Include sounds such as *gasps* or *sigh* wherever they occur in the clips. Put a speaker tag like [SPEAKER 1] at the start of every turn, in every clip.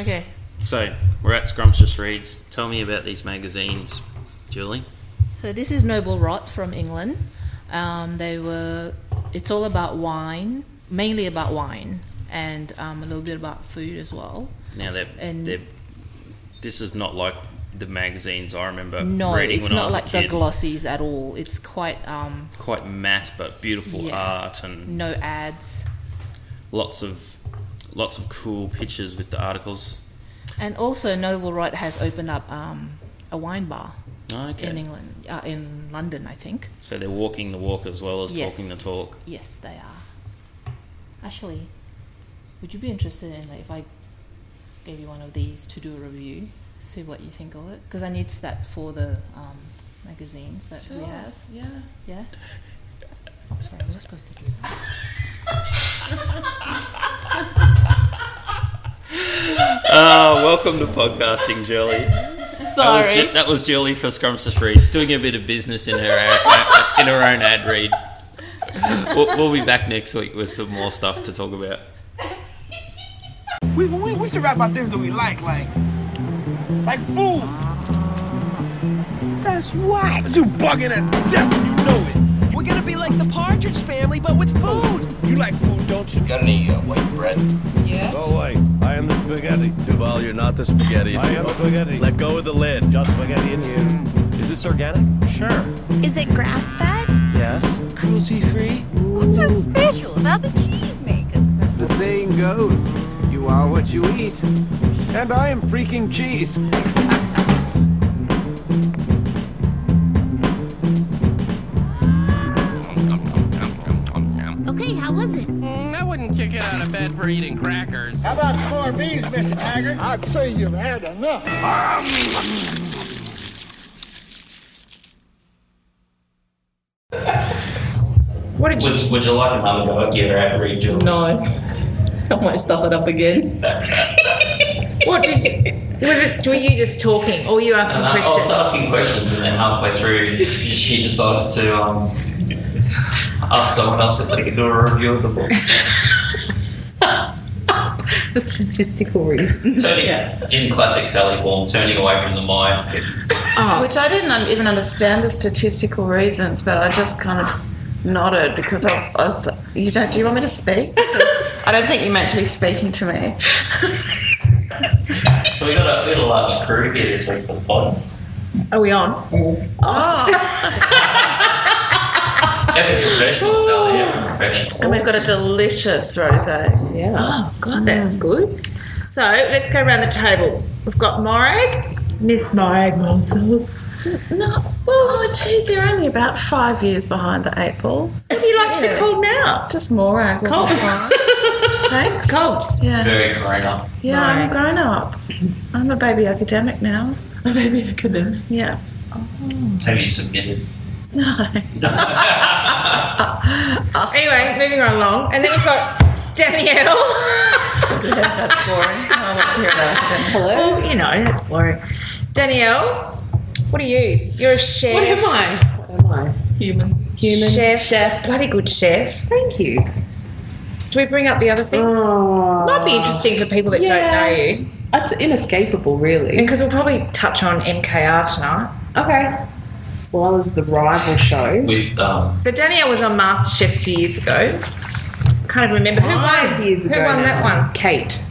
[SPEAKER 1] Okay.
[SPEAKER 2] So we're at Scrumptious Reads. Tell me about these magazines, Julie.
[SPEAKER 1] So this is Noble Rot from England. Um, they were. It's all about wine, mainly about wine, and um, a little bit about food as well.
[SPEAKER 2] Now they're,
[SPEAKER 1] And-
[SPEAKER 2] they're this is not like the magazines I remember
[SPEAKER 1] No,
[SPEAKER 2] reading
[SPEAKER 1] it's
[SPEAKER 2] when I
[SPEAKER 1] not
[SPEAKER 2] was
[SPEAKER 1] like
[SPEAKER 2] a
[SPEAKER 1] the
[SPEAKER 2] kid.
[SPEAKER 1] glossies at all. It's quite um,
[SPEAKER 2] Quite matte, but beautiful
[SPEAKER 1] Yeah.
[SPEAKER 2] art and
[SPEAKER 1] no ads,
[SPEAKER 2] lots of lots of cool pictures with the articles.
[SPEAKER 1] and also Noble Rot has opened up um, a wine bar
[SPEAKER 2] Oh, Okay.
[SPEAKER 1] in England, uh, in London, I think.
[SPEAKER 2] So they're walking the walk as well as talking the talk.
[SPEAKER 1] Yes, they are. Actually, would you be interested in like, if I gave you one of these to do a review, see what you think of it? Because I need stats for the um, magazines that we have.
[SPEAKER 2] Yeah.
[SPEAKER 1] Yeah. I'm sorry, was I supposed to do that?
[SPEAKER 2] Ah, welcome to podcasting, Julie. That was, Ju- that was Julie for Scrumptious Reads E. doing a bit of business in her ad, in her own ad read. We'll, we'll be back next week with some more stuff to talk about.
[SPEAKER 3] We, we, we should rap about things that we like, like like food. That's why you bugging us deaf. You know it.
[SPEAKER 4] We're gonna be like the Partridge Family, but with food.
[SPEAKER 3] You like food, don't you?
[SPEAKER 5] Got any uh, white bread?
[SPEAKER 4] Yes.
[SPEAKER 6] away. I am the spaghetti.
[SPEAKER 7] Duval, you're not the spaghetti.
[SPEAKER 6] I am spaghetti.
[SPEAKER 7] Let go of the lid.
[SPEAKER 6] Just spaghetti in here. Is this organic? Sure.
[SPEAKER 8] Is it grass fed?
[SPEAKER 6] Yes.
[SPEAKER 5] Cruelty free?
[SPEAKER 9] What's so special about the cheese maker?
[SPEAKER 10] As the saying goes, you are what you eat. And I am freaking cheese.
[SPEAKER 8] Okay, how was it?
[SPEAKER 6] Mm, I wouldn't kick it out of bed for eating crackers.
[SPEAKER 3] How about corned beans, Mr. Haggard? I'd say you've had enough.
[SPEAKER 1] What did
[SPEAKER 2] Would, would you like another go at your ad read, Julie?
[SPEAKER 1] No. I might stuff it up again.
[SPEAKER 9] What did, was it? Were you just talking, or were you asking
[SPEAKER 2] uh, I was
[SPEAKER 9] questions?
[SPEAKER 2] asking questions, and then halfway through, she decided to um, ask someone else if they could do a review of the book.
[SPEAKER 9] *laughs* For statistical reasons.
[SPEAKER 2] Turning, In classic Sally form, turning away from the mine.
[SPEAKER 4] Which I didn't un- even understand the statistical reasons, but I just kind of nodded because I, I was. You don't. Do you want me to
[SPEAKER 9] *laughs*
[SPEAKER 4] speak? 'Cause I don't think you meant to be speaking to me.
[SPEAKER 2] So we got a, we got a large crew here this week for the pod.
[SPEAKER 9] Are we on?
[SPEAKER 4] Oh,
[SPEAKER 2] Every professional, Sally, every professional.
[SPEAKER 4] and we've got a delicious rosé.
[SPEAKER 9] Yeah. Oh God, that's good. So let's go around the table. We've got Morag. Miss Morag Monfils.
[SPEAKER 4] No, oh, geez, you're only about five years behind the eight ball.
[SPEAKER 9] What do you like to be
[SPEAKER 4] Yeah.
[SPEAKER 9] called now?
[SPEAKER 4] Just more agro. *laughs*
[SPEAKER 9] Cobbs.
[SPEAKER 4] Thanks.
[SPEAKER 9] Cobbs.
[SPEAKER 4] Yeah,
[SPEAKER 2] Very grown up.
[SPEAKER 4] yeah. I'm grown up. I'm a baby academic now.
[SPEAKER 9] A baby academic.
[SPEAKER 4] Yeah.
[SPEAKER 2] Have you submitted?
[SPEAKER 9] *laughs* Anyway, moving right along. And then we've got Danielle.
[SPEAKER 4] That's boring. Oh, let's hear about it.
[SPEAKER 9] Well, you know, that's boring. Danielle, what are you? You're a chef.
[SPEAKER 8] What am I? What am I? Human. Human.
[SPEAKER 9] Chef. Chef. Bloody good chef.
[SPEAKER 8] Thank you.
[SPEAKER 9] Do we bring up the other thing?
[SPEAKER 8] Oh.
[SPEAKER 9] Might be interesting for people that
[SPEAKER 8] Yeah.
[SPEAKER 9] don't know you.
[SPEAKER 8] That's inescapable, really.
[SPEAKER 9] Because we'll probably touch on MKR tonight.
[SPEAKER 8] Okay. Well, I was the rival show.
[SPEAKER 2] With um,
[SPEAKER 9] So Danielle was on MasterChef a few years ago. Can't even remember who won.
[SPEAKER 8] Five years ago
[SPEAKER 9] Who won that
[SPEAKER 8] now.
[SPEAKER 9] one?
[SPEAKER 8] Kate.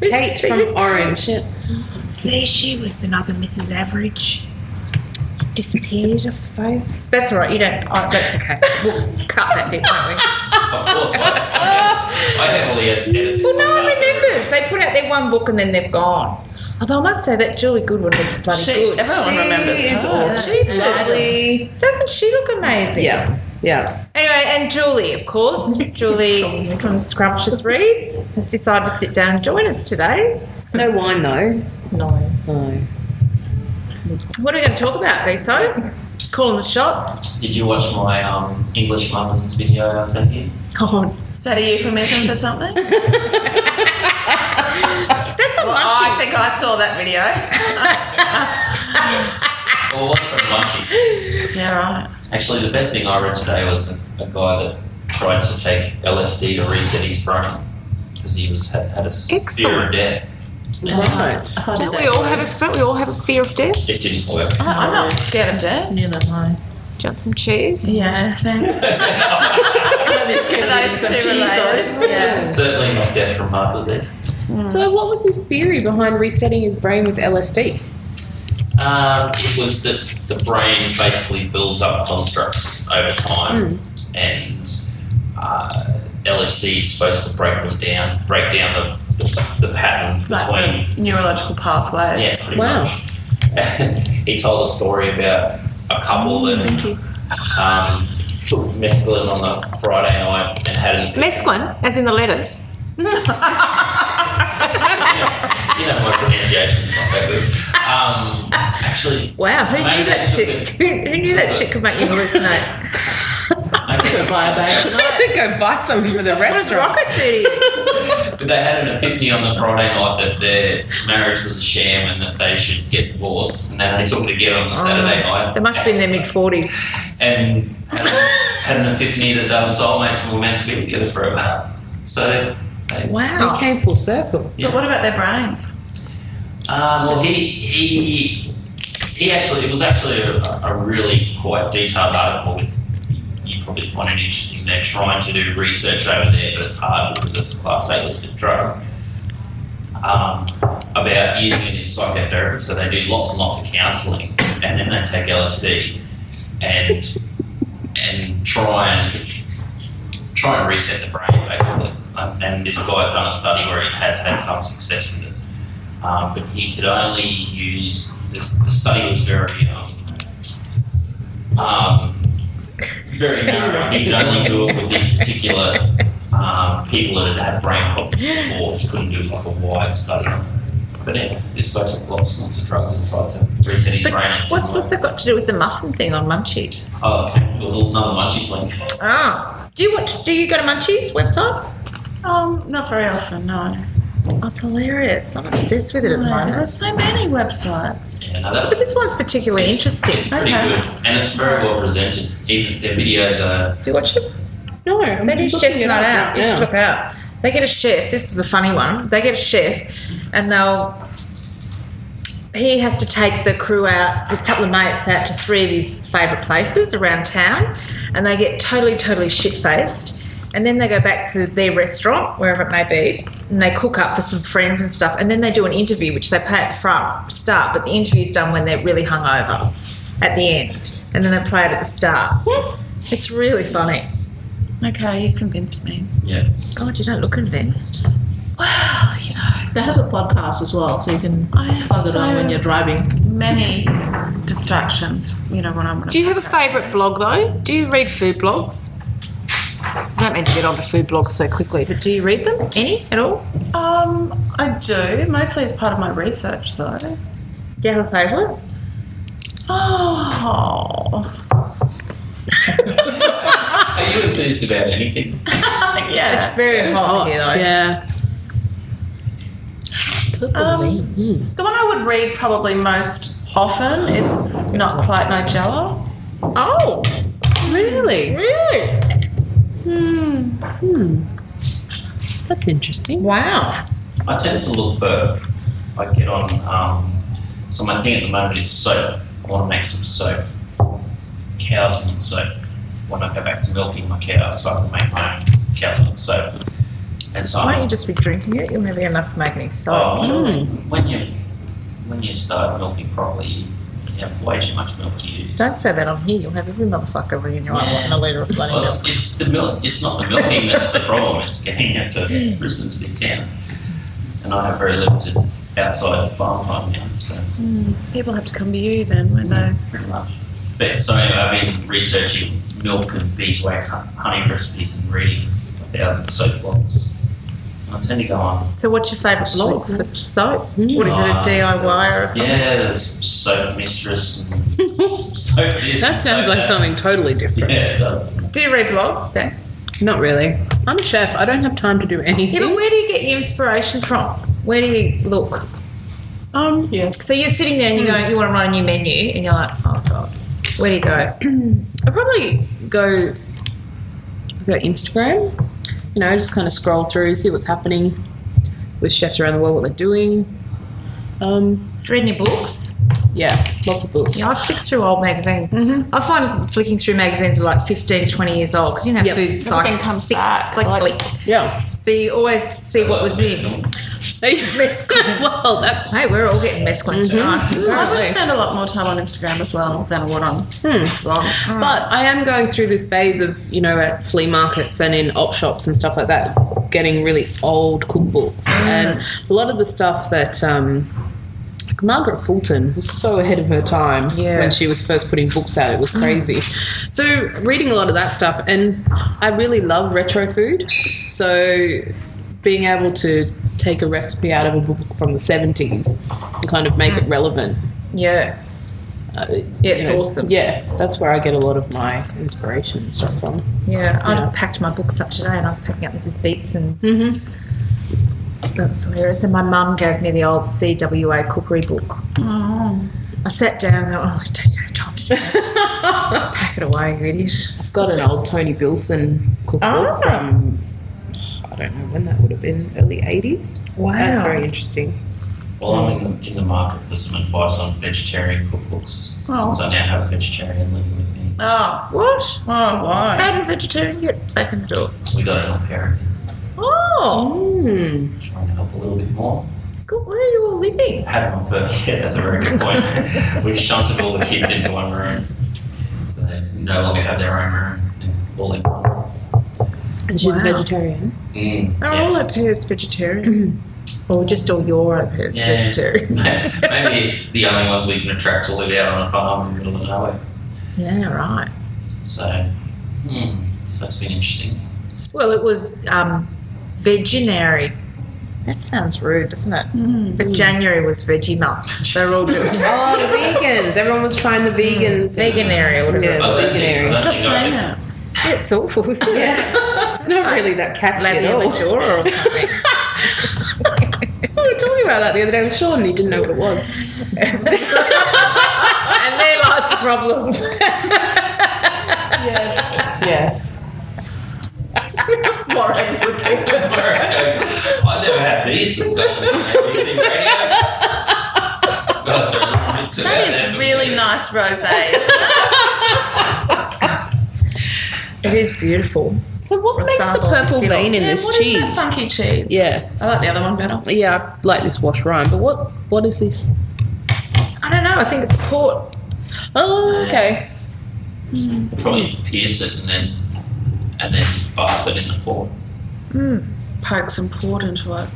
[SPEAKER 9] Who's-
[SPEAKER 8] Kate from
[SPEAKER 9] who's-
[SPEAKER 8] Orange.
[SPEAKER 4] See, she was another Mrs. Average. Disappeared off the face.
[SPEAKER 9] That's all right. You don't. Oh, that's okay. We'll cut that bit, won't we?
[SPEAKER 2] of
[SPEAKER 4] *laughs*
[SPEAKER 2] course. I, I heavily edit this.
[SPEAKER 9] Well, no one
[SPEAKER 2] podcast.
[SPEAKER 9] remembers. They put out their one book and then they've gone. Although I must say that Julie Goodwin looks bloody
[SPEAKER 4] She-
[SPEAKER 9] good.
[SPEAKER 4] everyone remembers
[SPEAKER 9] She is
[SPEAKER 4] her.
[SPEAKER 9] awesome. She's lovely. Doesn't she look amazing?
[SPEAKER 8] Yeah. Yeah.
[SPEAKER 9] Anyway, and Julie, of course, Julie from Scrumptious Reads has decided to sit down and join us today.
[SPEAKER 8] No wine, though.
[SPEAKER 9] No.
[SPEAKER 8] No.
[SPEAKER 9] What are we going to talk about, Viso? Calling the shots.
[SPEAKER 2] Did you watch my um, English muffins video I sent you?
[SPEAKER 9] Oh,
[SPEAKER 4] Is that a euphemism for something? *laughs* well,
[SPEAKER 9] that's a
[SPEAKER 4] I
[SPEAKER 9] munchie.
[SPEAKER 4] think I saw that video.
[SPEAKER 2] Well, what's from Munchies?
[SPEAKER 4] Yeah, right.
[SPEAKER 2] Actually, the best thing I read today was a, a guy that tried to take LSD to reset his brain because he was had, had a severe
[SPEAKER 4] Excellent.
[SPEAKER 2] death.
[SPEAKER 4] Right.
[SPEAKER 11] Don't we all have a, don't we all have a fear of death?
[SPEAKER 2] It didn't work.
[SPEAKER 4] Oh.
[SPEAKER 11] I, I'm not scared of death.
[SPEAKER 2] Neither
[SPEAKER 11] am Do you want some cheese?
[SPEAKER 9] Yeah, thanks.
[SPEAKER 2] Certainly not death from heart disease.
[SPEAKER 4] So, what was his theory behind resetting his brain with LSD?
[SPEAKER 2] Um, it was that the brain basically builds up constructs over time,
[SPEAKER 4] Hmm.
[SPEAKER 2] and uh, LSD is supposed to break them down, break down the, the, the patterns between
[SPEAKER 11] Like neurological pathways.
[SPEAKER 2] Yeah, pretty much. *laughs* he told a story about a couple that um, took mescaline on the Friday night and had an.
[SPEAKER 11] Mesquin, as in the lettuce.
[SPEAKER 2] You
[SPEAKER 4] *laughs*
[SPEAKER 2] know, my pronunciation's not that good. Um, actually,
[SPEAKER 9] Wow, who
[SPEAKER 2] Maybe
[SPEAKER 9] knew that
[SPEAKER 2] that's a
[SPEAKER 9] shit? *laughs* Who, who knew that shit could make you hallucinate?
[SPEAKER 2] Go
[SPEAKER 4] *laughs* buy a bag tonight. Go buy some for the restaurant.
[SPEAKER 9] Rocket duty.
[SPEAKER 2] but they had an epiphany on the Friday night that their marriage was a sham and that they should get divorced, and then they took it again on the Saturday night.
[SPEAKER 9] Oh, They must have been in their mid forties.
[SPEAKER 2] and had, had an epiphany that they were soulmates and were meant to be together forever. So, they,
[SPEAKER 4] Wow. He came full circle.
[SPEAKER 2] But what
[SPEAKER 11] about their brains?
[SPEAKER 2] Um, well, he he he actually it was actually a, a really quite detailed article with. You probably find it interesting. They're trying to do research over there, but it's hard because it's a class A listed drug. Um, about using it in psychotherapy, so they do lots and lots of counselling, and then they take LSD and and try and try and reset the brain basically. Um, and this guy's done a study where he has had some success with it um, but he could only use this. The study was very, um, um, very narrow. He could only do it with these particular um, people that had had brain problems before. He couldn't do like a wide study. But yeah, this guy took lots, lots of drugs and tried to reset his
[SPEAKER 9] But
[SPEAKER 2] brain. and
[SPEAKER 9] what's
[SPEAKER 2] didn't
[SPEAKER 9] what's it got to do with the muffin thing on Munchies?
[SPEAKER 2] work. Oh, okay. It was another munchies link.
[SPEAKER 9] Ah, do you watch? Do you go to Munchies website?
[SPEAKER 11] Um, not very often, no.
[SPEAKER 9] Oh, it's hilarious. I'm obsessed with it at the
[SPEAKER 11] No, there are
[SPEAKER 9] moment.
[SPEAKER 11] so many websites.
[SPEAKER 2] Yeah, no, that
[SPEAKER 9] *laughs* But
[SPEAKER 2] was
[SPEAKER 9] this one's particularly interesting.
[SPEAKER 2] pretty good, and it's very well presented. Even their videos are.
[SPEAKER 9] Do you watch it?
[SPEAKER 4] No, I'm
[SPEAKER 9] That is
[SPEAKER 4] looking
[SPEAKER 9] chef's
[SPEAKER 4] it
[SPEAKER 9] not
[SPEAKER 4] up
[SPEAKER 9] out.
[SPEAKER 4] right
[SPEAKER 9] you should
[SPEAKER 4] now.
[SPEAKER 9] look it up. They get a chef. This is a funny one. They get a chef, and they'll. He has to take the crew out with a couple of mates out to three of his favourite places around town, and they get totally, totally shit faced. And then they go back to their restaurant, wherever it may be, and they cook up for some friends and stuff. And then they do an interview, which they pay at the front start, but the interview's done when they're really hungover at the end. And then they play it at the start. It's really funny.
[SPEAKER 11] Okay, you convinced me.
[SPEAKER 2] Yeah.
[SPEAKER 9] God, you don't look convinced.
[SPEAKER 1] They have a podcast as well, so you can plug it
[SPEAKER 11] so-
[SPEAKER 1] on when you're driving.
[SPEAKER 11] Many distractions, you know, when I'm.
[SPEAKER 9] Do you have a favourite blog though? Do you read food blogs? I don't mean to get onto food blogs so quickly, but do you read them? Any at all?
[SPEAKER 11] Um, I do mostly as part of my research, though.
[SPEAKER 9] Do you have a favourite?
[SPEAKER 11] Oh,
[SPEAKER 2] Are you enthused about anything?
[SPEAKER 11] yeah,
[SPEAKER 9] it's very hot here, though.
[SPEAKER 1] Yeah.
[SPEAKER 11] Um, the one I would read probably most often is Not Quite Nigella.
[SPEAKER 9] Oh,
[SPEAKER 1] Really?
[SPEAKER 9] really?
[SPEAKER 4] That's interesting.
[SPEAKER 9] Wow.
[SPEAKER 2] I tend to look for, I get on, um, so my thing at the moment is soap. I want to make some soap, cow's milk soap. When I go back to milking my cows, so I can make my own cow's milk soap. And so
[SPEAKER 9] Why don't
[SPEAKER 2] I'm,
[SPEAKER 9] you just be drinking it? You'll never get enough to make any soap.
[SPEAKER 2] oh, when you when you start milking properly, you have way too much milk to use.
[SPEAKER 9] Don't say that on here. You'll have every motherfucker ringing your
[SPEAKER 2] Yeah.
[SPEAKER 9] yeah. and a litre of bloody
[SPEAKER 2] Well,
[SPEAKER 9] milk.
[SPEAKER 2] it's, it's the milk. It's not the milking that's the problem. It's getting it to Brisbane's a big town, and I have very limited outside farm time now. So.
[SPEAKER 11] People have to come to you then, won't they?
[SPEAKER 2] pretty much. But so anyway, I've been researching milk and beeswax hon- honey recipes and reading a thousand soap blogs. I tend to go on.
[SPEAKER 9] So, what's your favourite blog for soap? What is it, a
[SPEAKER 2] uh,
[SPEAKER 9] DIY or something?
[SPEAKER 2] Yeah, there's soap mistress and *laughs* s- soap this.
[SPEAKER 4] That
[SPEAKER 2] and
[SPEAKER 4] sounds
[SPEAKER 2] soap that.
[SPEAKER 4] like something totally different.
[SPEAKER 2] Yeah, it does.
[SPEAKER 9] Do you read blogs, Dan?
[SPEAKER 4] Not really. I'm a chef. I don't have time to do
[SPEAKER 9] Yeah, but
[SPEAKER 4] anything.
[SPEAKER 9] where do you get your inspiration from? Where do you look?
[SPEAKER 4] Um,
[SPEAKER 1] Yeah.
[SPEAKER 9] So you're sitting there and you're going, you want to write a new menu, and you're like, oh god, where do you go?
[SPEAKER 4] *clears throat* I probably go go Instagram. You know, just kind of scroll through, see what's happening with chefs around the world, what they're doing. Um, Reading your books?
[SPEAKER 12] Yeah, lots of books.
[SPEAKER 4] Yeah, I flick through old magazines. Mm-hmm. I find flicking through magazines are like 15, 20 years old because you know
[SPEAKER 12] Yep.
[SPEAKER 4] food cycle
[SPEAKER 12] Everything comes
[SPEAKER 4] cyc-
[SPEAKER 12] back,
[SPEAKER 4] cyclic.
[SPEAKER 12] yeah.
[SPEAKER 4] So you always see what was in.
[SPEAKER 12] *laughs*
[SPEAKER 4] Mescaline. well, that's hey, we're all getting mescaline tonight.
[SPEAKER 12] I would
[SPEAKER 4] apparently.
[SPEAKER 12] spend a lot more time on Instagram as well than I would on blog.
[SPEAKER 9] But I am going through this phase of, you know, at flea markets and in op shops and stuff like that, getting really old cookbooks. And a lot of the stuff that um, Margaret Fulton was so ahead of her time when she was first putting books out. It was crazy. So, reading a lot of that stuff, and I really love retro food. So, being able to take a recipe out of a book from the 70s and kind of make it relevant.
[SPEAKER 4] Yeah.
[SPEAKER 9] Uh,
[SPEAKER 4] Yeah,
[SPEAKER 9] you
[SPEAKER 4] it's awesome.
[SPEAKER 9] Yeah, that's where I get a lot of my inspiration and stuff from. *laughs*
[SPEAKER 4] Yeah, I
[SPEAKER 9] Yeah.
[SPEAKER 4] just packed my books up today and I was packing up Mrs. Beatson's. That's hilarious. And my mum gave me the old CWA cookery book.
[SPEAKER 12] Oh.
[SPEAKER 4] I sat down and I went, oh, I don't have time to do that. Pack it away, you idiot.
[SPEAKER 9] I've got an old Tony Bilson cookbook
[SPEAKER 4] Ah.
[SPEAKER 9] from, I don't know when that would have been, early 80s.
[SPEAKER 4] Wow.
[SPEAKER 9] That's very interesting.
[SPEAKER 2] Well, I'm in the, in the market for some advice on vegetarian cookbooks
[SPEAKER 4] Oh.
[SPEAKER 2] since I now have a vegetarian living with me.
[SPEAKER 12] Oh.
[SPEAKER 4] What?
[SPEAKER 12] Oh, why?
[SPEAKER 4] How did a vegetarian get back in the door?
[SPEAKER 2] We got an old parent
[SPEAKER 4] Oh.
[SPEAKER 2] trying to help a little bit more.
[SPEAKER 4] Good. Where are you all living?
[SPEAKER 2] Had one for *laughs* yeah, that's a very good point. *laughs* We've shunted all the kids into one room, so they no longer have their own room and all in one.
[SPEAKER 9] And she's
[SPEAKER 4] Wow.
[SPEAKER 9] a vegetarian.
[SPEAKER 2] Mm,
[SPEAKER 4] Are all au pairs vegetarian? or just all your au pairs
[SPEAKER 2] Yeah. *laughs*
[SPEAKER 4] vegetarian?
[SPEAKER 2] Maybe it's the only ones we can attract to live out on a farm in the middle of nowhere.
[SPEAKER 4] Yeah, right.
[SPEAKER 2] So, hmm, so that's been interesting.
[SPEAKER 4] Well, it was um, veginary. That sounds rude, doesn't it? But January was veggie month. They're all doing
[SPEAKER 9] Oh, the vegans. Everyone was trying the vegan
[SPEAKER 4] vegan area. Whatever.
[SPEAKER 9] Yeah,
[SPEAKER 2] I don't
[SPEAKER 9] vegan
[SPEAKER 2] think-
[SPEAKER 9] area.
[SPEAKER 2] I don't think I could-
[SPEAKER 12] that.
[SPEAKER 4] It's awful, isn't it? *laughs*
[SPEAKER 9] It's not really that catchy
[SPEAKER 4] Maybe
[SPEAKER 9] at
[SPEAKER 4] a
[SPEAKER 9] all.
[SPEAKER 4] Majora or something.
[SPEAKER 9] We were talking about that the *laughs* other day with Sean. and He didn't know what it was.
[SPEAKER 4] and there lies the problem.
[SPEAKER 9] Yes.
[SPEAKER 12] Warwick's looking.
[SPEAKER 2] I never had these discussions on ABC Radio. Guys are really into
[SPEAKER 12] That is *laughs* really nice rosé.
[SPEAKER 4] It is beautiful.
[SPEAKER 9] So what makes the
[SPEAKER 4] Resemble
[SPEAKER 9] purple
[SPEAKER 4] the
[SPEAKER 9] vein in
[SPEAKER 12] yeah,
[SPEAKER 9] this
[SPEAKER 12] what
[SPEAKER 9] cheese?
[SPEAKER 12] is that funky cheese?
[SPEAKER 9] Yeah,
[SPEAKER 12] I like the other one better.
[SPEAKER 9] yeah. I like this wash rind, but what what is this?
[SPEAKER 4] I don't know. I think it's port.
[SPEAKER 9] Oh, okay.
[SPEAKER 2] Probably pierce it and then and then bath it in the port.
[SPEAKER 12] Poke some port into it.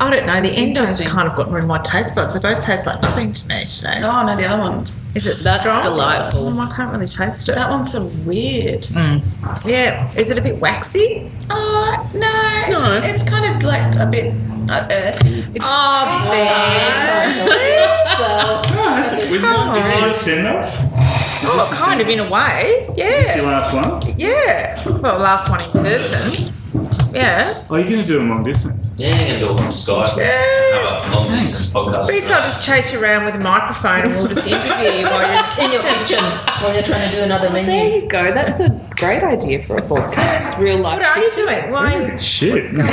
[SPEAKER 4] I don't know. The endive's
[SPEAKER 12] interesting.
[SPEAKER 4] kind of gotten rid of my taste buds. They both taste like nothing to me today.
[SPEAKER 12] Oh no, the other one's
[SPEAKER 4] Is it
[SPEAKER 9] That's
[SPEAKER 4] strong?
[SPEAKER 9] delightful.
[SPEAKER 4] Mm, I can't really taste it.
[SPEAKER 12] that one's so weird.
[SPEAKER 4] Mm. Yeah. Is it a bit waxy?
[SPEAKER 12] Oh no, it's,
[SPEAKER 9] No.
[SPEAKER 12] it's kind of like a bit uh, earthy.
[SPEAKER 4] Oh,
[SPEAKER 6] Was this,
[SPEAKER 4] Come
[SPEAKER 6] is it
[SPEAKER 4] on.
[SPEAKER 6] your send off?
[SPEAKER 4] Oh, *laughs* kind of in a way.
[SPEAKER 6] Is this
[SPEAKER 4] Yeah.
[SPEAKER 6] your last one?
[SPEAKER 4] Yeah. Well, last one in person. Yeah.
[SPEAKER 6] Oh, you're going to do them long distance.
[SPEAKER 2] Yeah, you're gonna do it on Skype.
[SPEAKER 4] Yeah.
[SPEAKER 2] Have a long distance podcast.
[SPEAKER 4] Reese, I'll just chase you around with a microphone and we'll just interview you while you're in your kitchen.
[SPEAKER 13] While you're trying to do another menu.
[SPEAKER 9] There you go. That's a great idea for a podcast. It's real life.
[SPEAKER 4] What are you doing? Why are you
[SPEAKER 6] Shit. *laughs*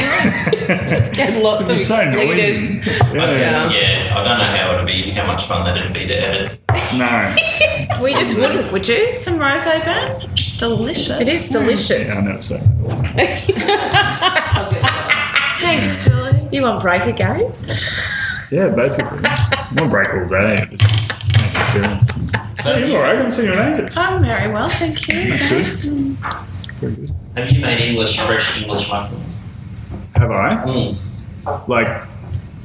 [SPEAKER 9] Get lots
[SPEAKER 6] It's so noisy.
[SPEAKER 2] I just-
[SPEAKER 6] Yeah.
[SPEAKER 2] yeah, I don't know how it'd be, how much fun that'd be to edit.
[SPEAKER 6] No.
[SPEAKER 4] We just wouldn't, would you?
[SPEAKER 12] Some rosé Ben? It's delicious.
[SPEAKER 4] It is delicious.
[SPEAKER 6] Yeah, I know it's so.
[SPEAKER 4] *laughs*
[SPEAKER 12] Thanks, Julie.
[SPEAKER 4] You want break again?
[SPEAKER 6] Yeah, basically. I'm going to break all day. and just make an appearance. So, you're alright. I'm seeing your neighbours.
[SPEAKER 12] I'm very well, thank you. Mm.
[SPEAKER 6] That's good. Pretty good.
[SPEAKER 2] Have you made English fresh English muffins?
[SPEAKER 6] Have I?
[SPEAKER 2] Mm.
[SPEAKER 6] Like,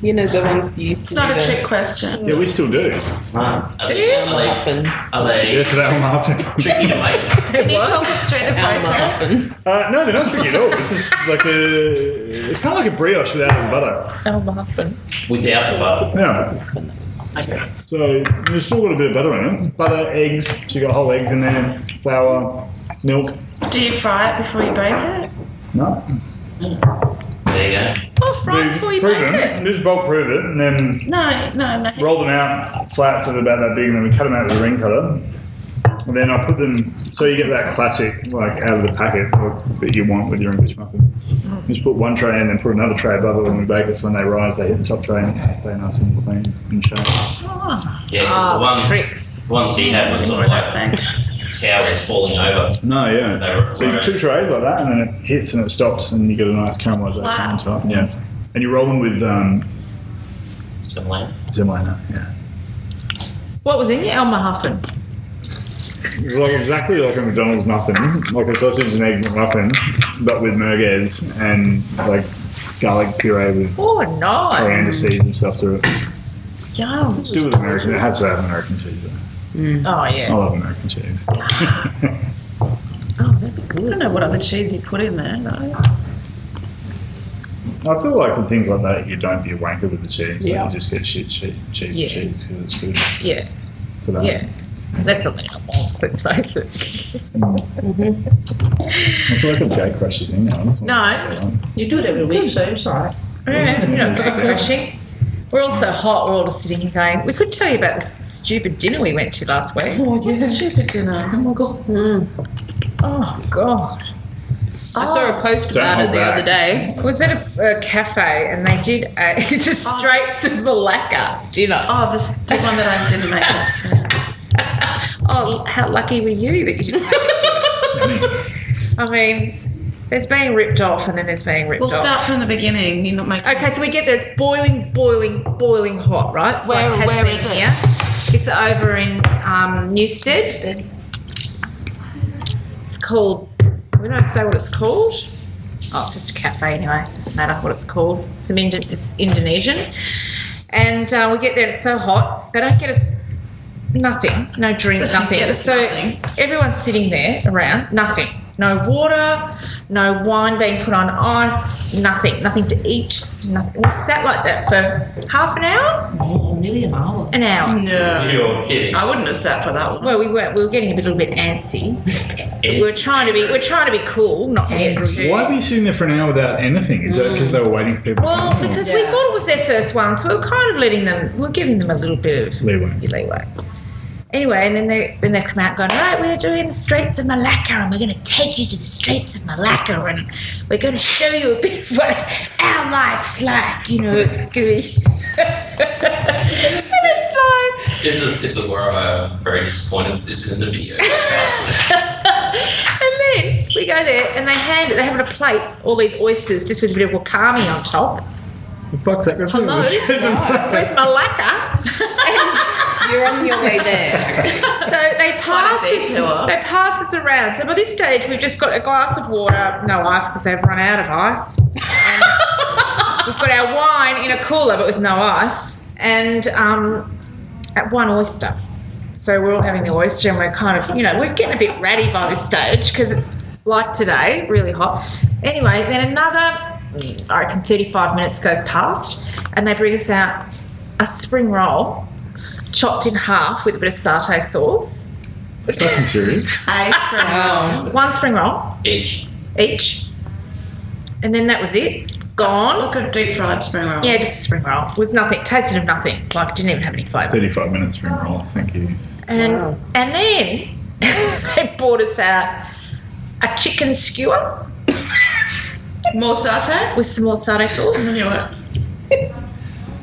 [SPEAKER 9] You know the ones you used to
[SPEAKER 12] It's not a
[SPEAKER 9] do the-
[SPEAKER 12] trick question.
[SPEAKER 6] yeah, we still do.
[SPEAKER 2] Ah, Are
[SPEAKER 4] Do
[SPEAKER 2] they,
[SPEAKER 4] you?
[SPEAKER 2] are they,
[SPEAKER 9] muffin.
[SPEAKER 2] are
[SPEAKER 6] Yeah,
[SPEAKER 2] they
[SPEAKER 6] for that one muffin.
[SPEAKER 2] tricky to make?
[SPEAKER 12] Can you talk us through the
[SPEAKER 9] Our
[SPEAKER 12] process?
[SPEAKER 9] muffin.
[SPEAKER 6] Uh, no, they're not tricky at all. It's just like a. It's kind of like a brioche without the butter.
[SPEAKER 4] Oh, muffin.
[SPEAKER 2] Without the butter.
[SPEAKER 6] Yeah. So you've still got a bit of butter in it. Butter, eggs. So you got whole eggs in there, flour, milk.
[SPEAKER 12] Do you fry it before you bake it?
[SPEAKER 6] No.
[SPEAKER 2] There you
[SPEAKER 12] Oh, fry it
[SPEAKER 6] Prove-
[SPEAKER 12] before you
[SPEAKER 6] prove
[SPEAKER 12] bake it.
[SPEAKER 6] Just bulk prove it and then
[SPEAKER 12] No, no, no.
[SPEAKER 6] roll them out flat so they're about that big and then we cut them out with a ring cutter. And then I put them so you get that classic like out of the packet like, that you want with your English muffin. Just put one tray and then put another tray above it when we bake it. So when they rise, they hit the top tray and they stay nice and clean and sharp.
[SPEAKER 2] Yeah, because
[SPEAKER 4] Oh,
[SPEAKER 2] the ones
[SPEAKER 4] tricks.
[SPEAKER 2] the ones he had were sort of like towers falling over.
[SPEAKER 6] No, yeah.
[SPEAKER 2] They were
[SPEAKER 6] So you have two trays like that, and then it hits and it stops, and you get a nice caramelization on top. Yeah. And you're rolling with um,
[SPEAKER 2] Simlana.
[SPEAKER 6] Simlana, yeah.
[SPEAKER 4] What was in your Elmer Huffin?
[SPEAKER 6] It's like exactly like a McDonald's muffin, like a sausage and egg muffin, but with merguez and like garlic puree with
[SPEAKER 4] Oh, nice.
[SPEAKER 6] coriander seeds and stuff through it.
[SPEAKER 4] Yum.
[SPEAKER 6] Still with American. It has to have American cheese though.
[SPEAKER 4] Oh, yeah.
[SPEAKER 6] I love American cheese.
[SPEAKER 14] I don't know what other cheese you put in there. No.
[SPEAKER 6] I feel like with things like that, you don't be a wanker with the cheese. like,
[SPEAKER 4] Yeah.
[SPEAKER 6] you just get shit cheap, cheap
[SPEAKER 4] Yeah.
[SPEAKER 6] cheese because it's good
[SPEAKER 4] Yeah.
[SPEAKER 6] for that.
[SPEAKER 4] Yeah. That's all they want, let's face it.
[SPEAKER 6] I feel like a gay crusher thing now. That's what I'm
[SPEAKER 4] No,
[SPEAKER 6] saying.
[SPEAKER 4] you do it every week, so it's all right. Yeah, you're not gate crashing. We're all so hot, we're all just sitting here going, we could tell you about this stupid dinner we went to last week.
[SPEAKER 14] Oh, yeah.
[SPEAKER 4] Stupid dinner. Oh, my God. Oh, God.
[SPEAKER 14] I saw a post
[SPEAKER 4] Don't
[SPEAKER 14] about it
[SPEAKER 4] hold
[SPEAKER 14] the
[SPEAKER 4] back.
[SPEAKER 14] other day.
[SPEAKER 4] It was at a, a cafe and they did a, *laughs* the
[SPEAKER 14] Oh.
[SPEAKER 4] Straits of Malacca dinner. Oh, this, the one that I didn't make oh, how lucky were you *laughs* that you didn't I mean, there's being ripped off and then there's being ripped
[SPEAKER 14] We'll
[SPEAKER 4] off.
[SPEAKER 14] start from the beginning. You're not making.
[SPEAKER 4] Okay, so we get there. It's boiling, boiling, boiling hot, right? It's
[SPEAKER 14] Where-
[SPEAKER 4] has
[SPEAKER 14] where
[SPEAKER 4] been
[SPEAKER 14] is it?
[SPEAKER 4] here. It's over in um, Newstead. It's called. We don't say what it's called. Oh, it's just a cafe anyway. It doesn't matter what it's called. Some Indo- it's Indonesian, and uh, we get there. It's so hot. They don't get us nothing. No drink.
[SPEAKER 14] They don't
[SPEAKER 4] nothing.
[SPEAKER 14] get us
[SPEAKER 4] so
[SPEAKER 14] nothing.
[SPEAKER 4] everyone's sitting there around. Nothing. No water. No wine being put on ice. Nothing. Nothing to eat. Nothing. We sat like that for half an hour.
[SPEAKER 14] Oh, nearly an hour.
[SPEAKER 4] An hour.
[SPEAKER 14] No.
[SPEAKER 2] You're kidding.
[SPEAKER 4] uh,
[SPEAKER 14] I wouldn't have sat for that one.
[SPEAKER 4] Well, we weren't. We were getting a little bit antsy. we were trying to be. We're trying to be cool, not get too.
[SPEAKER 6] Why were you sitting there for an hour without anything? Is
[SPEAKER 14] Mm.
[SPEAKER 6] that because they were waiting for people? to
[SPEAKER 4] Well,
[SPEAKER 6] come or-
[SPEAKER 4] because we thought it was their first one, so we were kind of letting them, we are giving them a little bit of
[SPEAKER 6] Leeway.
[SPEAKER 14] *laughs*
[SPEAKER 4] leeway. Anyway, and then they then they come out going, right, we're doing the Straits of Malacca, and we're going to take you to the Straits of Malacca, and we're going to show you a bit of what our life's like. You know, it's going to be. *laughs* and it's like,
[SPEAKER 2] This is this is where I'm uh, very disappointed. This isn't a video.
[SPEAKER 4] and then we go there, and they hand they have on a plate all these oysters just with a bit of wakame on top.
[SPEAKER 6] The fuck's that? That's
[SPEAKER 4] Hello, *laughs* where's Malacca? and *laughs* you're on your way there. So they pass us,
[SPEAKER 14] detour.
[SPEAKER 4] they pass us around. So by this stage, we've just got a glass of water, no ice because they've run out of ice. And *laughs* we've got our wine in a cooler, but with no ice, and um, at one oyster. So we're all having the oyster, and we're kind of, you know, we're getting a bit ratty by this stage because it's like today, really hot. Anyway, then another, I reckon, 35 minutes goes past, and they bring us out a spring roll, chopped in half with a bit of satay sauce.
[SPEAKER 6] Fucking serious.
[SPEAKER 4] One spring roll
[SPEAKER 2] Each.
[SPEAKER 4] each, and then that was it. Gone.
[SPEAKER 14] Like a deep fried spring roll.
[SPEAKER 4] Yeah, just a spring roll. Was nothing. Tasted of nothing. Like didn't even have any flavour.
[SPEAKER 6] Thirty-five minutes spring roll. Thank you.
[SPEAKER 4] And and then *laughs* they brought us out a chicken skewer.
[SPEAKER 14] More satay? Mm,
[SPEAKER 4] With some more satay
[SPEAKER 14] I
[SPEAKER 4] sauce.
[SPEAKER 14] knew it.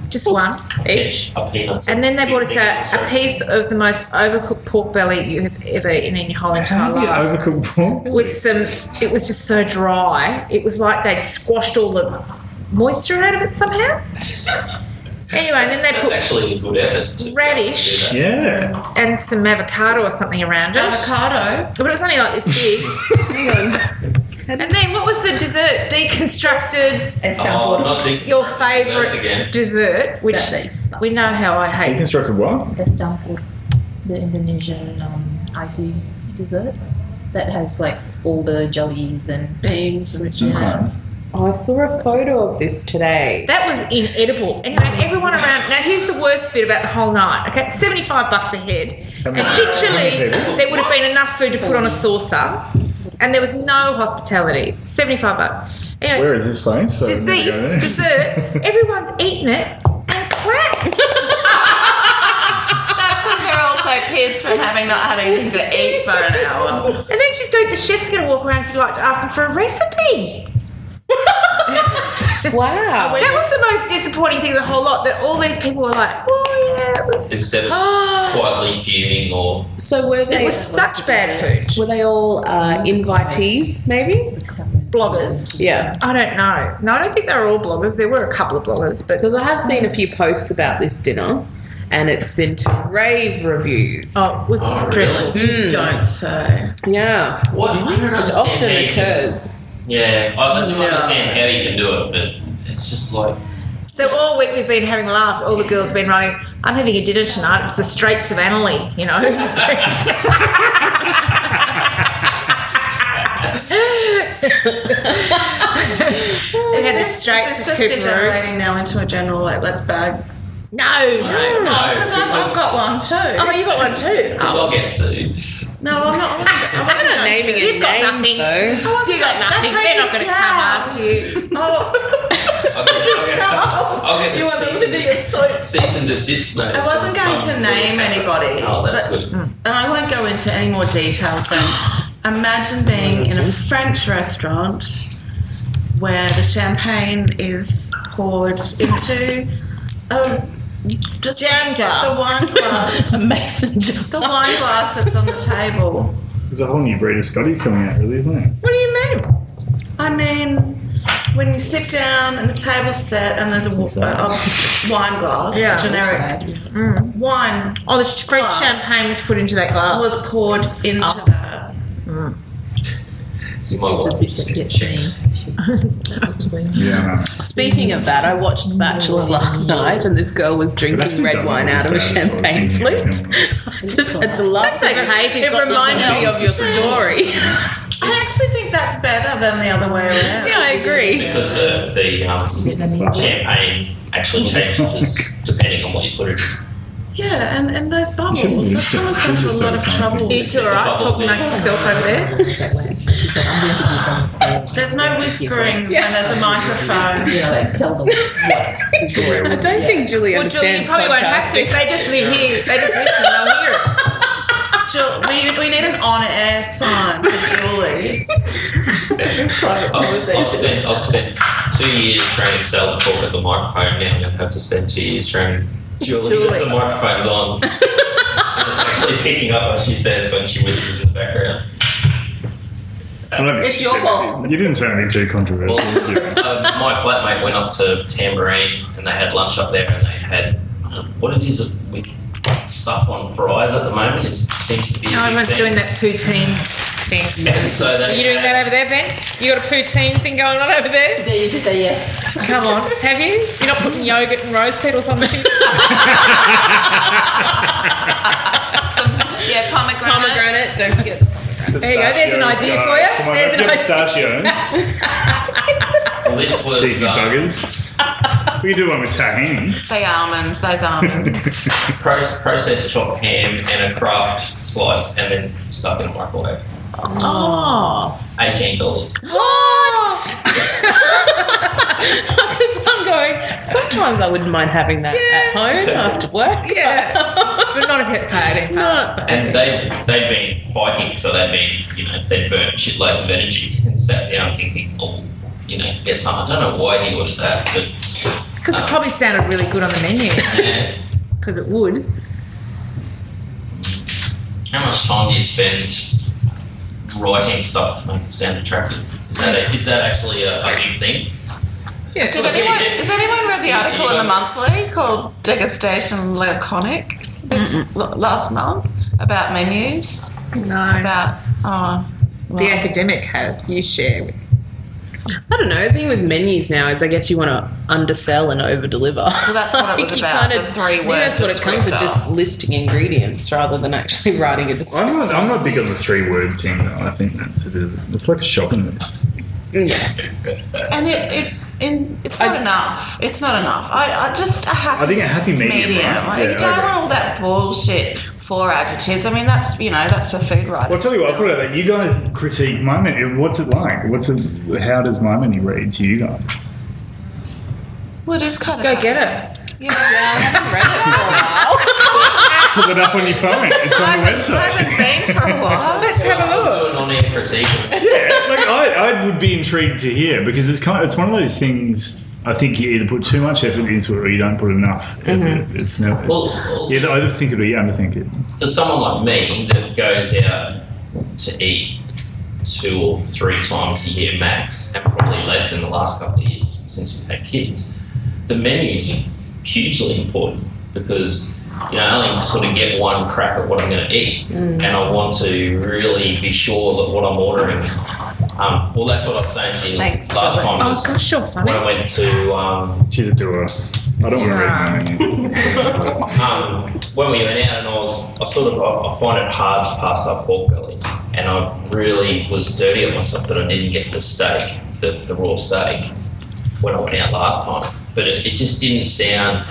[SPEAKER 4] Just one each. And then they brought us out a piece of the most overcooked pork belly you have ever eaten in your whole entire
[SPEAKER 6] How do you
[SPEAKER 4] life.
[SPEAKER 6] overcook pork?
[SPEAKER 4] with some it was just so dry it was like they'd squashed all the moisture out of it somehow anyway and then they
[SPEAKER 2] That's
[SPEAKER 4] put
[SPEAKER 2] actually a good effort. To,
[SPEAKER 4] radish
[SPEAKER 6] Yeah.
[SPEAKER 4] and some avocado or something around it
[SPEAKER 14] Avocado.
[SPEAKER 4] but it was only like this big hang on and then what was the dessert deconstructed
[SPEAKER 2] Oh, not deconstructed
[SPEAKER 4] your
[SPEAKER 2] desserts
[SPEAKER 4] favourite *gasps*
[SPEAKER 2] again.
[SPEAKER 4] dessert which we know how I hate
[SPEAKER 6] Deconstructed what?
[SPEAKER 13] Istanbul, the Indonesian um, icy dessert that has like all the jellies and
[SPEAKER 14] beans and
[SPEAKER 13] yeah.
[SPEAKER 9] I saw a photo of this today.
[SPEAKER 4] That was inedible. Anyway, and everyone around. Now, here's the worst bit about the whole night. Okay, seventy-five bucks a head,
[SPEAKER 6] How
[SPEAKER 4] and
[SPEAKER 6] many- how
[SPEAKER 4] literally
[SPEAKER 6] many people?
[SPEAKER 4] there would have been enough food to put on a saucer, and there was no hospitality. Seventy-five bucks. Anyway,
[SPEAKER 6] Where is this place? So I'm gonna go
[SPEAKER 4] dessert,
[SPEAKER 6] there.
[SPEAKER 4] dessert. Everyone's eating it and clapped.
[SPEAKER 14] That's because they're all so pissed from
[SPEAKER 9] having not had anything to eat for an hour.
[SPEAKER 4] And then she's going, the chef's going to walk around if you like to ask them for a recipe.
[SPEAKER 1] *laughs* wow.
[SPEAKER 4] *laughs* That was the most disappointing thing of the whole lot that all these people were like, oh, yeah.
[SPEAKER 2] Instead of quietly fuming or
[SPEAKER 1] So were they?
[SPEAKER 4] It was
[SPEAKER 1] *laughs*
[SPEAKER 4] such bad food.
[SPEAKER 1] Were they all uh, invitees? Maybe
[SPEAKER 4] bloggers.
[SPEAKER 1] Yeah.
[SPEAKER 4] I don't know. No, I don't think they were all bloggers. There were a couple of bloggers, but
[SPEAKER 1] because I have seen a few posts about this dinner, and it's been to rave reviews.
[SPEAKER 4] Oh, was
[SPEAKER 2] Oh, it dreadful? really?
[SPEAKER 1] Mm.
[SPEAKER 9] Don't say.
[SPEAKER 1] Yeah.
[SPEAKER 2] What? I don't
[SPEAKER 1] Which
[SPEAKER 2] understand
[SPEAKER 1] often
[SPEAKER 2] how you can-
[SPEAKER 1] occurs.
[SPEAKER 2] Yeah, I do
[SPEAKER 1] No.
[SPEAKER 2] understand how you can do it, but it's just like
[SPEAKER 4] So all week we've been having laughs. All the girls have been running. I'm having a dinner tonight. It's the Straits of Annalee,
[SPEAKER 1] *laughs*
[SPEAKER 4] you know. they had the Straits
[SPEAKER 9] It's
[SPEAKER 4] of
[SPEAKER 9] just
[SPEAKER 4] Cooperoo.
[SPEAKER 9] degenerating now into a general like let's bag.
[SPEAKER 4] No, no,
[SPEAKER 9] no, because I've, I've got one too.
[SPEAKER 4] Oh, you got one too.
[SPEAKER 2] because I'll get sued.
[SPEAKER 9] No, I'm not. I wasn't, I wasn't going to.
[SPEAKER 4] You've got nothing.
[SPEAKER 9] I wasn't
[SPEAKER 4] You've got
[SPEAKER 9] going to-
[SPEAKER 4] nothing.
[SPEAKER 9] that's
[SPEAKER 4] They're not going to
[SPEAKER 9] Rainer's
[SPEAKER 4] come after you.
[SPEAKER 9] Oh,
[SPEAKER 2] I'll get, *laughs* I'll
[SPEAKER 9] *laughs*
[SPEAKER 2] get, I'll get
[SPEAKER 9] you
[SPEAKER 2] a
[SPEAKER 9] want them
[SPEAKER 2] cease,
[SPEAKER 9] to do your soap.
[SPEAKER 2] cease and desist notice.
[SPEAKER 9] I wasn't
[SPEAKER 2] from
[SPEAKER 9] going to
[SPEAKER 2] some
[SPEAKER 9] name
[SPEAKER 2] little-
[SPEAKER 9] anybody.
[SPEAKER 2] Oh, that's
[SPEAKER 9] but-
[SPEAKER 2] good.
[SPEAKER 9] And I won't go into any more details *gasps* than imagine being in a French restaurant where the champagne is poured into a just
[SPEAKER 4] Jam jar.
[SPEAKER 9] the wine glass. a mason jar. *laughs* The wine glass that's on the table.
[SPEAKER 6] *laughs* There's a whole new breed of Scotties coming out, really, isn't it?
[SPEAKER 9] What do you mean? I mean, when you sit down and the table's set and there's a, w- a wine glass,
[SPEAKER 4] Yeah.
[SPEAKER 9] a generic wine
[SPEAKER 4] Oh, the French champagne was put into that glass.
[SPEAKER 9] was poured into that.
[SPEAKER 2] This is the fish that gets
[SPEAKER 6] Yeah.
[SPEAKER 1] Speaking of that, I watched The Bachelor last night, and this girl was drinking
[SPEAKER 6] actually
[SPEAKER 1] red
[SPEAKER 6] doesn't
[SPEAKER 1] wine out of a
[SPEAKER 6] always matter,
[SPEAKER 1] champagne
[SPEAKER 6] it's always
[SPEAKER 1] flute. I just had to laugh.
[SPEAKER 4] That's okay if you've
[SPEAKER 1] it
[SPEAKER 4] got
[SPEAKER 1] reminded
[SPEAKER 4] nothing
[SPEAKER 1] me of your story.
[SPEAKER 9] I actually think that's better than the other way around.
[SPEAKER 1] yeah, I agree.
[SPEAKER 2] Because the, the um, champagne actually changes depending on what you put in.
[SPEAKER 9] Yeah, and, and those
[SPEAKER 4] Oh,
[SPEAKER 9] bubbles.
[SPEAKER 2] shouldn't
[SPEAKER 9] That
[SPEAKER 2] use
[SPEAKER 9] someone's gone to a
[SPEAKER 2] just
[SPEAKER 9] lot
[SPEAKER 2] say
[SPEAKER 9] of
[SPEAKER 2] something.
[SPEAKER 9] trouble.
[SPEAKER 4] Eat your right, talk amongst yourself over there.
[SPEAKER 9] There's no whispering when there's a microphone.
[SPEAKER 15] Yeah, tell them.
[SPEAKER 1] I don't think Julie
[SPEAKER 4] Well, Julie, you
[SPEAKER 1] understands
[SPEAKER 4] probably won't have to.
[SPEAKER 1] podcasting.
[SPEAKER 4] If they just live here, they just listen, they'll hear it.
[SPEAKER 9] Ju- we, we need an on-air sign for Julie.
[SPEAKER 2] I've, I've, spent, I've spent two years training Sal to talk at the microphone. Now I'm going to have to spend two years training Julie,
[SPEAKER 4] Julie.
[SPEAKER 2] that the microphone's on. and it's actually picking up what she says when she whispers in the background.
[SPEAKER 6] I don't think
[SPEAKER 4] It's
[SPEAKER 6] you
[SPEAKER 4] your
[SPEAKER 6] said
[SPEAKER 4] fault.
[SPEAKER 6] anything- You didn't say anything too controversial. did you?
[SPEAKER 2] um, my flatmate went up to Tambourine and they had lunch up there and they had I don't know what it is with stuff on fries at the moment. It seems to be. a
[SPEAKER 4] No,
[SPEAKER 2] big
[SPEAKER 4] everyone's
[SPEAKER 2] thing.
[SPEAKER 4] doing that poutine thing.
[SPEAKER 2] And so
[SPEAKER 4] Are
[SPEAKER 2] they
[SPEAKER 4] you doing that over there, Ben? You got a poutine thing going on over there?
[SPEAKER 15] Yeah, you just say yes.
[SPEAKER 4] Come on, have you? You're not putting yogurt and rose petals on the chips?
[SPEAKER 9] Some, yeah, pomegranate.
[SPEAKER 4] Pomegranate, don't forget the pomegranate. There you go, there's an
[SPEAKER 6] Pistachios,
[SPEAKER 4] idea for
[SPEAKER 6] guys. Come
[SPEAKER 4] you.
[SPEAKER 6] on, let's
[SPEAKER 4] There's an
[SPEAKER 6] get
[SPEAKER 4] idea.
[SPEAKER 6] pistachios.
[SPEAKER 2] Well, this was
[SPEAKER 6] Cheeky
[SPEAKER 2] uh,
[SPEAKER 6] buggers. We can do one with tahini.
[SPEAKER 9] They almonds. Those almonds.
[SPEAKER 2] proce- processed chopped ham and a craft slice and then stuck in a microwave.
[SPEAKER 1] Oh,
[SPEAKER 2] Eighteen dollars.
[SPEAKER 1] what? Because I'm going. Sometimes I wouldn't mind having that at home after work.
[SPEAKER 4] Yeah. But not if it's paid.
[SPEAKER 1] Not-
[SPEAKER 2] And they they'd been hiking, so they'd been you know they'd burnt shitloads of energy and sat down thinking, oh, you know, get some. I don't know why he ordered that, but
[SPEAKER 4] Because it probably sounded really good on the menu.
[SPEAKER 2] yeah.
[SPEAKER 4] Because it would.
[SPEAKER 2] How much time do you spend writing stuff to make it sound attractive? Is that a, is that actually a, a big thing?
[SPEAKER 4] Yeah,
[SPEAKER 9] Did anyone, has anyone read the article in the monthly called Degustation Laconic this l- last month about menus?
[SPEAKER 4] No.
[SPEAKER 9] About, oh,
[SPEAKER 4] The academic has. You share with.
[SPEAKER 1] I don't know. The thing with menus now is, I guess you want to undersell and over deliver. Well, *laughs*
[SPEAKER 9] that's what it was about, the three words
[SPEAKER 1] That's what it comes with,
[SPEAKER 9] descriptor.
[SPEAKER 1] just listing ingredients rather than actually *laughs* writing a description.
[SPEAKER 6] I'm not, I'm not big on the three word thing, though. I think that's a bit of, It's like a shopping list.
[SPEAKER 1] Yeah.
[SPEAKER 9] and it, it in, it's not enough. It's not enough. I, I just a happy.
[SPEAKER 6] I think a happy medium,
[SPEAKER 9] medium.
[SPEAKER 6] right?
[SPEAKER 9] Like,
[SPEAKER 6] Yeah,
[SPEAKER 9] you don't
[SPEAKER 6] okay.
[SPEAKER 9] want all that bullshit four adjectives. I mean, that's you know that's for food writers.
[SPEAKER 6] Well, I'll tell you what, I'll put it like you guys critique my menu. What's it like? What's it, How does my menu read to you guys?
[SPEAKER 9] Well, it is kind of
[SPEAKER 4] Go get it.
[SPEAKER 9] Yeah, yeah.
[SPEAKER 1] Read it for a while.
[SPEAKER 6] pull it up on your phone. It's on the website.
[SPEAKER 4] Been for
[SPEAKER 1] *laughs*
[SPEAKER 4] a while. Let's have a
[SPEAKER 2] Do
[SPEAKER 4] look.
[SPEAKER 2] an on-air critique.
[SPEAKER 6] yeah, *laughs* like I, I would be intrigued to hear because it's kind of, it's one of those things. I think you either put too much effort into it or you don't put enough effort.
[SPEAKER 2] Mhm.
[SPEAKER 6] It's never. It's,
[SPEAKER 2] Well, also-
[SPEAKER 6] you either overthink it or you underthink it.
[SPEAKER 2] for someone like me that goes out to eat two or three times a year max, and probably less in the last couple of years since we've had kids, the menu is hugely important because you know I only sort of get one crack at what I'm going to eat,
[SPEAKER 16] Mm.
[SPEAKER 2] and I want to really be sure that what I'm ordering. Um, well, that's what I was saying to you
[SPEAKER 4] Thanks.
[SPEAKER 2] last time.
[SPEAKER 4] Oh,
[SPEAKER 2] was
[SPEAKER 4] it's sure
[SPEAKER 2] when I
[SPEAKER 4] funny.
[SPEAKER 2] went to um,
[SPEAKER 6] She's a doer. I don't want to read my menu.
[SPEAKER 2] um, when we went out, and I was, I sort of, I, I find it hard to pass up pork belly, and I really was dirty at myself that I didn't get the steak, the, the raw steak, when I went out last time. But it, it just didn't sound,